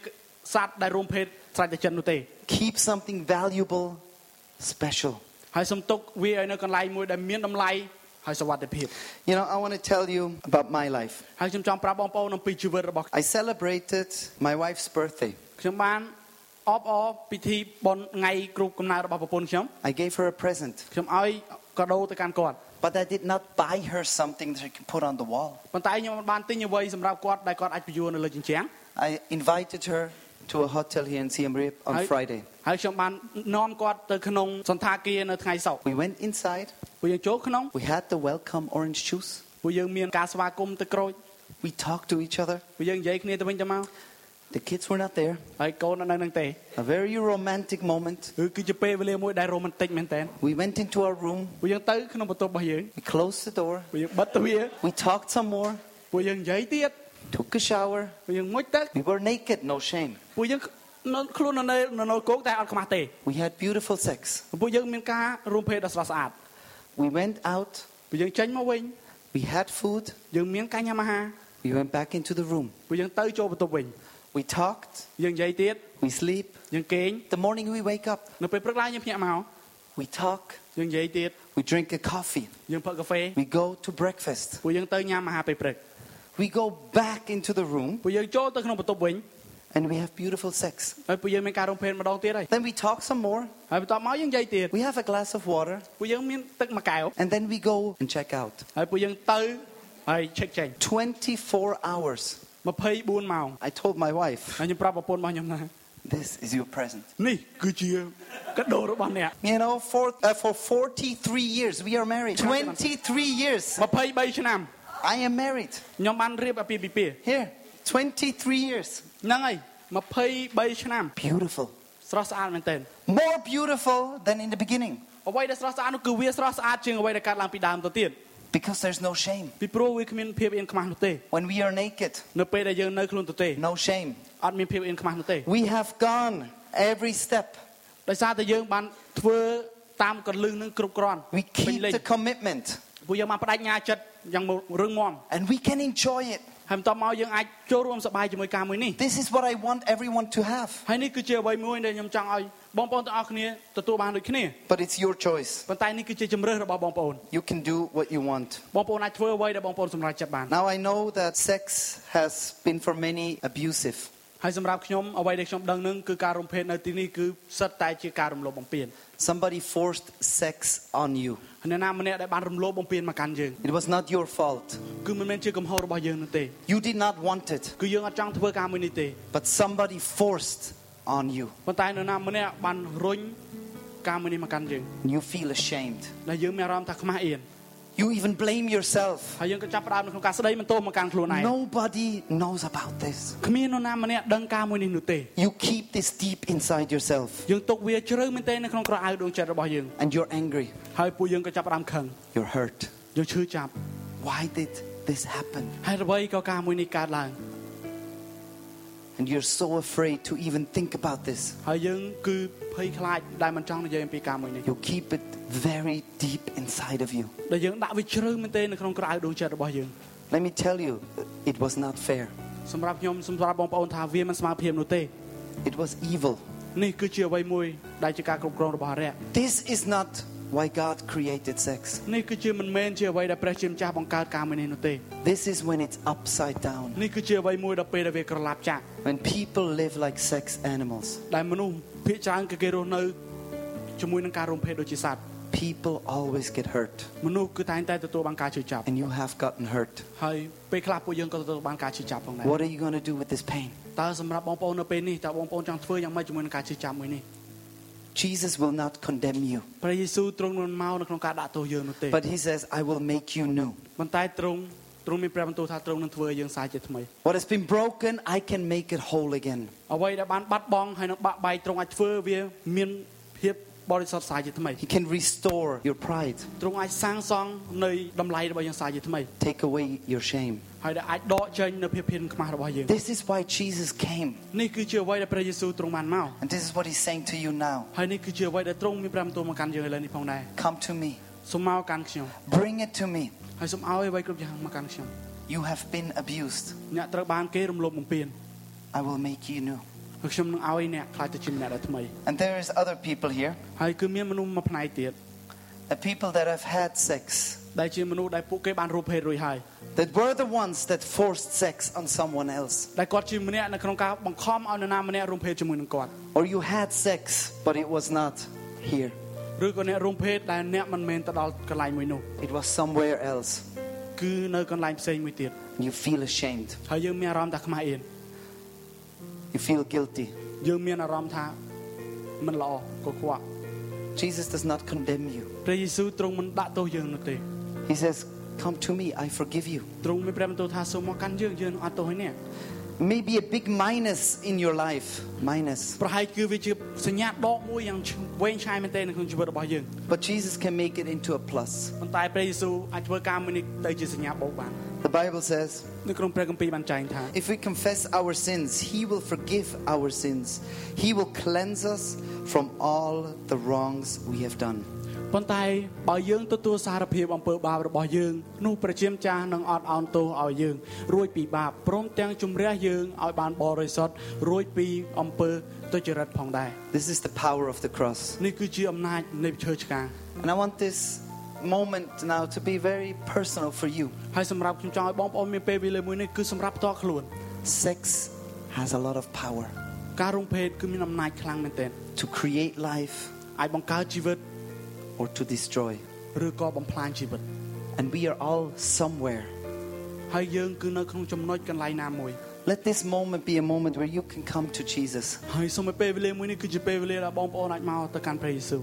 [SPEAKER 2] សត្វដែលរួមភេទស្រេចតែចិត្តនោះទេ
[SPEAKER 1] Keep something valuable, special.
[SPEAKER 2] ហើយសំទុកវាឲ្យនៅកន្លែងមួយដែលមានតម្លៃហើយសុវត្ថិភាព
[SPEAKER 1] You know, I want to tell you about my life.
[SPEAKER 2] ហើយខ្ញុំចង់ប្រាប់បងប្អូនអំពីជីវិតរបស់
[SPEAKER 1] I celebrated my wife's birthday.
[SPEAKER 2] ខ្ញុំបានអបអរពិធីបុណ្យថ្ងៃគ្រូបកំណើតរបស់ប្រពន្ធខ្ញុំ
[SPEAKER 1] I gave her a present,
[SPEAKER 2] ខ្ញុំឲ្យកដោទៅកាន់គាត់
[SPEAKER 1] but I did not buy her something that she can put on the wall.
[SPEAKER 2] ប៉ុន្តែខ្ញុំមិនបានទិញអ្វីសម្រាប់គាត់ដែលគាត់អាចពយួរនៅលើជញ្ជាំង
[SPEAKER 1] I invited her to a hotel here in Siem Reap on
[SPEAKER 2] ហើយ
[SPEAKER 1] Friday.
[SPEAKER 2] ហើយខ្ញុំបាននាំគាត់ទៅក្នុងសន្តាគារនៅថ្ងៃសុក្រ
[SPEAKER 1] We went inside,
[SPEAKER 2] ពួកយើងចូលក្នុង
[SPEAKER 1] we had the welcome orange juice,
[SPEAKER 2] ពួកយើងមានការស្វាគមន៍ទៅក្រូច
[SPEAKER 1] we talked to each other.
[SPEAKER 2] ពួកយើងនិយាយគ្នាទៅវិញទៅមក
[SPEAKER 1] The kids were not there.
[SPEAKER 2] ហើយកូននៅនឹងទេ
[SPEAKER 1] A very romantic moment.
[SPEAKER 2] គឺគឺជាពេលវេលាមួយដែលរ៉ូមែនទិកមែនតើ
[SPEAKER 1] We went into our room,
[SPEAKER 2] ពួកយើងទៅក្នុងបន្ទប់របស់យើង
[SPEAKER 1] we closed the door,
[SPEAKER 2] ពួកយើងបិទទ្វារ
[SPEAKER 1] we talked some more,
[SPEAKER 2] ពួកយើងនិយាយទៀត
[SPEAKER 1] took a shower.
[SPEAKER 2] ពួកយើងមុជទឹក
[SPEAKER 1] We were naked, no shame.
[SPEAKER 2] ពួកយើងនៅខ្លួននៅនៅនៅគោកតែអត់ខ្មាស់ទេ
[SPEAKER 1] We had beautiful sex.
[SPEAKER 2] ពួកយើងមានការរួមភេទដ៏ស្រស់ស្អាត
[SPEAKER 1] We went out,
[SPEAKER 2] ពួកយើងចេញមកវិញ
[SPEAKER 1] we had food,
[SPEAKER 2] យើងមានការញ៉ាំអាហារ
[SPEAKER 1] we went back into the room.
[SPEAKER 2] ពួកយើងទៅចូលបន្ទប់វិញ
[SPEAKER 1] We talked,
[SPEAKER 2] យើងនិយាយទៀត
[SPEAKER 1] we sleep.
[SPEAKER 2] យើងគេង
[SPEAKER 1] The morning we wake up,
[SPEAKER 2] នៅពេលព្រឹកឡើងយើងភ្ញាក់មក
[SPEAKER 1] we talk,
[SPEAKER 2] យើងនិយាយទៀត
[SPEAKER 1] we drink a coffee,
[SPEAKER 2] យើងផឹកកាហ្វេ
[SPEAKER 1] we go to breakfast.
[SPEAKER 2] ពួកយើងទៅញ៉ាំអាហារពេលព្រឹក
[SPEAKER 1] We go back into the room
[SPEAKER 2] ពួកយើងចូលទៅក្នុងបន្ទប់វិញ
[SPEAKER 1] and we have beautiful sex.
[SPEAKER 2] ហើយពួកយើងមានការរំភើបម្ដងទៀតហើយ
[SPEAKER 1] Then we talk some more,
[SPEAKER 2] ហើយបន្តមកយើងនិយាយទៀត
[SPEAKER 1] we have a glass of water,
[SPEAKER 2] ពួកយើងមានទឹកមួយកែវ
[SPEAKER 1] and then we go and check out.
[SPEAKER 2] ហើយពួកយើងទៅហើយឆេកចេញ
[SPEAKER 1] 24 hours.
[SPEAKER 2] 24ម៉ោង
[SPEAKER 1] I told my wife,
[SPEAKER 2] ហើយខ្ញុំប្រាប់ប្រពន្ធរបស់ខ្ញុំថា
[SPEAKER 1] this is your present.
[SPEAKER 2] នេះគឺជាកដោរបស់អ្នក
[SPEAKER 1] You know, for, uh, for 43 years we are married. 23 years
[SPEAKER 2] 23ឆ្នាំ
[SPEAKER 1] I am married.
[SPEAKER 2] ខ្ញុំបានរៀបអាពាហ៍ពិពាហ៍
[SPEAKER 1] Here, 23 years.
[SPEAKER 2] ហ្នឹងហើយ23ឆ្នាំ
[SPEAKER 1] Beautiful.
[SPEAKER 2] ស្រស់ស្អាតមែនទែន
[SPEAKER 1] More beautiful than in the beginning
[SPEAKER 2] អ្វីដែលស្រស់ស្អាតនោះគឺវាស្រស់ស្អាតជាងអ្វីដែលកើតឡើងពីដើមទៅទៀត
[SPEAKER 1] because there's no shame.
[SPEAKER 2] ពីព្រោះវាគ្មានភាពអៀនខ្មាស់នោះទេ
[SPEAKER 1] When we are naked,
[SPEAKER 2] នៅពេលដែលយើងនៅខ្លួនទៅទេ
[SPEAKER 1] no shame.
[SPEAKER 2] អត់មានភាពអៀនខ្មាស់នោះទេ
[SPEAKER 1] We have gone every step.
[SPEAKER 2] ដោយសារតែយើងបានធ្វើតាមកលឹះនឹងគ្រប់គ្រាន់ពេ
[SPEAKER 1] We
[SPEAKER 2] ញ
[SPEAKER 1] keep
[SPEAKER 2] លេញ
[SPEAKER 1] the commitment
[SPEAKER 2] ពួកយើងបានបដិញ្ញាចិត្តយ៉ាងរឹងមាំ
[SPEAKER 1] and we can enjoy it.
[SPEAKER 2] ហើយបន្តមកយើងអាចចូលរួមសប្បាយជាមួយការមួយនេះ
[SPEAKER 1] This is what I want everyone to have.
[SPEAKER 2] ហើយនេះគឺជាអ្វីមួយដែលខ្ញុំចង់ឲ្យបងប្អូនទាំងអស់គ្នាទទួលបានដូចគ្នា
[SPEAKER 1] But it's your choice.
[SPEAKER 2] ប៉ុន្តែនេះគឺជាជំរើសរបស់បងប្អូន
[SPEAKER 1] You can do what you want.
[SPEAKER 2] បងប្អូនអាចធ្វើអ្វីដែលបងប្អូនសម្រេចចិត្តបាន
[SPEAKER 1] Now I know that sex has been for many abusive.
[SPEAKER 2] ហើយសម្រាប់ខ្ញុំអ្វីដែលខ្ញុំដឹងនឹងគឺការរំភើបនៅទីនេះគឺសិតតែជាការរំលោភបំពាន
[SPEAKER 1] Somebody forced sex on you.
[SPEAKER 2] អ្នកណាម្នាក់ដែលបានរំលោភបំពានមកកាន់យើង
[SPEAKER 1] It was not your fault.
[SPEAKER 2] គឺមិនមែនជាកំហុសរបស់យើងនោះទេ
[SPEAKER 1] You did not want it,
[SPEAKER 2] គឺយើងអត់ចង់ធ្វើការមួយនេះទេ
[SPEAKER 1] but somebody forced on you.
[SPEAKER 2] ប៉ុន្តែនរណាម្នាក់បានរុញការមួយនេះមកកាន់យើង
[SPEAKER 1] You feel ashamed.
[SPEAKER 2] ដែលយើងមានអារម្មណ៍ថាខ្មាស់អៀន
[SPEAKER 1] You even blame yourself.
[SPEAKER 2] ហើយយើងក៏ចាប់ផ្ដើមនៅក្នុងការស្ដីបន្ទោសមកកាន់ខ្លួនឯង
[SPEAKER 1] Nobody knows about this.
[SPEAKER 2] គ្មាននរណាម្នាក់ដឹងការមួយនេះនោះទេ
[SPEAKER 1] You keep this deep inside yourself
[SPEAKER 2] យើងទុកវាជ្រៅមែនទែននៅក្នុងក្រអៅដួងចិត្តរបស់យើង
[SPEAKER 1] and you're angry.
[SPEAKER 2] ហើយពួកយើងក៏ចាប់ផ្ដើមខឹង
[SPEAKER 1] You're hurt.
[SPEAKER 2] យើងឈឺចាប់
[SPEAKER 1] Why did this happen?
[SPEAKER 2] ហើយអ្វីក៏ការមួយនេះកើតឡើង
[SPEAKER 1] And you're so afraid to even think about this.
[SPEAKER 2] ហើយយើងគឺភ័យខ្លាចដែលមិនចង់និយាយអំពីការមួយនេះ
[SPEAKER 1] You keep it very deep inside of you.
[SPEAKER 2] ដែលយើងដាក់វាជ្រៅមែនទែននៅក្នុងក្រអៅដួងចិត្តរបស់យើង
[SPEAKER 1] Let me tell you, it was not fair.
[SPEAKER 2] សម្រាប់ខ្ញុំសម្រាប់បងប្អូនថាវាមិនស្មើភាពនោះទេ
[SPEAKER 1] It was evil.
[SPEAKER 2] នេះគឺជាអ្វីមួយដែលជាការគ្រប់គ្រងរបស់អរិយ
[SPEAKER 1] This is not why God created sex.
[SPEAKER 2] នេះគឺជាមិនមែនជាអ្វីដែលព្រះជាម្ចាស់បង្កើតការមួយនេះនោះទេ
[SPEAKER 1] This is when it's upside down.
[SPEAKER 2] នេះគឺជាអ្វីមួយដល់ពេលដែលវាក្រឡាប់ចាក់
[SPEAKER 1] When people live like sex animals,
[SPEAKER 2] ដែលមនុស្សភាគច្រើនគឺគេរស់នៅជាមួយនឹងការរំភើបដូចជាសត្វ
[SPEAKER 1] people always get hurt.
[SPEAKER 2] មនុស្សគឺតែងតែទទួលបានការជឿចាប់
[SPEAKER 1] And you have gotten hurt.
[SPEAKER 2] ហើយពេលខ្លះពួកយើងក៏ទទួលបានការជឿចាប់ផងដែរ
[SPEAKER 1] What are you going to do with this pain?
[SPEAKER 2] តើសម្រាប់បងប្អូននៅពេលនេះតើបងប្អូនចង់ធ្វើយ៉ាងម៉េចជាមួយនឹងការជឿចាប់មួយនេះ
[SPEAKER 1] Jesus will not condemn you,
[SPEAKER 2] ព្រះយេស៊ូវទ្រង់មិនមកនៅក្នុងការដាក់ទោសយើងនោះទេ
[SPEAKER 1] but he says, I will make you new.
[SPEAKER 2] ប៉ុន្តែទ្រង់ទ្រង់មានព្រះបន្ទូលថាទ្រង់នឹងធ្វើឲ្យយើងសាយជាថ្មី
[SPEAKER 1] What has been broken, I can make it whole again.
[SPEAKER 2] អ្វីដែលបានបាត់បង់ហើយនឹងបាក់បែកទ្រង់អាចធ្វើវាមានភាពបរិសុទ្ធសាយជាថ្មី
[SPEAKER 1] He can restore your pride,
[SPEAKER 2] ទ្រង់អាចសាងសង់នៃតម្លៃរបស់យើងសាជាថ្មី
[SPEAKER 1] take away your shame.
[SPEAKER 2] ហើយដែលអាចដកចេញនូវភាពភ័យខ្មាស់របស់យើង
[SPEAKER 1] This is why Jesus came.
[SPEAKER 2] នេះគឺជាអ្វីដែលព្រះយេស៊ូវទ្រង់បានមក
[SPEAKER 1] And this is what he's saying to you now
[SPEAKER 2] ហើយនេះគឺជាអ្វីដែលទ្រង់មានប្រាំទូលមកកាន់យើងឥឡូវនេះផងដែរ
[SPEAKER 1] Come to me,
[SPEAKER 2] សូមមកកាន់ខ្ញុំ
[SPEAKER 1] bring it to me.
[SPEAKER 2] ហើយសូមឲ្យអ្វីគ្រប់យ៉ាងមកកាន់ខ្ញុំ
[SPEAKER 1] You have been abused.
[SPEAKER 2] អ្នកត្រូវបានគេរំលោភបំពាន
[SPEAKER 1] I will make you new.
[SPEAKER 2] ហើយខ្ញុំនឹងឲ្យអ្នកខ្លាចទៅជាអ្នកដែលថ្មី
[SPEAKER 1] And there is other people here,
[SPEAKER 2] ហើយគឺមានមនុស្សមួយផ្នែកទៀត
[SPEAKER 1] the people that have had sex,
[SPEAKER 2] ដែលជាមនុស្សដែលពួកគេបានរូបភេទរួចហើយ
[SPEAKER 1] that were the ones that forced sex on someone else.
[SPEAKER 2] ដែលគាត់ជាម្នាក់នៅក្នុងការបង្ខំឲ្យនរណាម្នាក់រួមភេទជាមួយនឹងគាត់
[SPEAKER 1] Or you had sex, but it was not here.
[SPEAKER 2] ឬក៏អ្នករួមភេទដែលអ្នកមិនមែនទៅដល់កន្លែងមួយនោះ
[SPEAKER 1] It was somewhere else.
[SPEAKER 2] គឺនៅកន្លែងផ្សេងមួយទៀត
[SPEAKER 1] You feel ashamed.
[SPEAKER 2] ហើយយើងមានអារម្មណ៍ថាខ្មាស់អៀន
[SPEAKER 1] You feel guilty.
[SPEAKER 2] យើងមានអារម្មណ៍ថាมันល្អកខ្វក់
[SPEAKER 1] Jesus does not condemn you.
[SPEAKER 2] ព្រះយេស៊ូវទ្រង់មិនដាក់ទោសយើងនោះទេ
[SPEAKER 1] He says, Come to me, I forgive you.
[SPEAKER 2] ទ្រង់មានព្រះបន្ទូលថាសូមមកកាន់យើងយើងនឹងអត់ទោសឲ្យអ្នក
[SPEAKER 1] Maybe a big minus in your life. Minus.
[SPEAKER 2] ប្រហែលគឺវាជាសញ្ញាដកមួយយ៉ាងឆ្វេងឆ្ងាយមែនទែននៅក្នុងជីវិតរបស់យើង
[SPEAKER 1] But Jesus can make it into a plus.
[SPEAKER 2] ប៉ុន្តែព្រះយេស៊ូវអាចធ្វើការមួយនេះទៅជាសញ្ញាបូកបាន
[SPEAKER 1] The Bible says,
[SPEAKER 2] នៅក្នុងព្រះគម្ពីរបានចែងថា
[SPEAKER 1] If we confess our sins, He will forgive our sins. He will cleanse us from all the wrongs we have done.
[SPEAKER 2] ប៉ុន្តែបើយើងទទួលសារភាពអំពើបាបរបស់យើងនោះព្រះជាម្ចាស់នឹងអត់អោនទោសឲ្យយើង រួចពីបាបព្រមទាំងជំរះយើងឲ្យបានបរិសុទ្ធរួចពីអំពើទុច្ចរិតផងដែរ
[SPEAKER 1] This is the power of the cross.
[SPEAKER 2] នេះគឺជាអំណាចនៃឈើឆ្កាង
[SPEAKER 1] And I want this moment now to be very personal for you.
[SPEAKER 2] ហើយសម្រាប់ខ្ញុំចង់ឲ្យបងប្អូនមានពេលវេលាមួយនេះគឺសម្រាប់ផ្ទាល់ខ្លួន
[SPEAKER 1] Sex has a lot of power
[SPEAKER 2] ការរំភេទគឺមានអំណាចខ្លាំងមែនទែន
[SPEAKER 1] to create life
[SPEAKER 2] អាចបង្កើតជីវិត
[SPEAKER 1] or to destroy.
[SPEAKER 2] ឬក៏បំផ្លាញជីវិត
[SPEAKER 1] And we are all somewhere.
[SPEAKER 2] ហើយយើងគឺនៅក្នុងចំណុចកន្លែងណាមួយ
[SPEAKER 1] Let this moment be a moment where you can come to Jesus.
[SPEAKER 2] ហើយសូមឲ្យពេលវេលាមួយនេះគឺជាពេលវេលាដែលបងប្អូនអាចមកទៅកាន់ព្រះយេស៊ូវ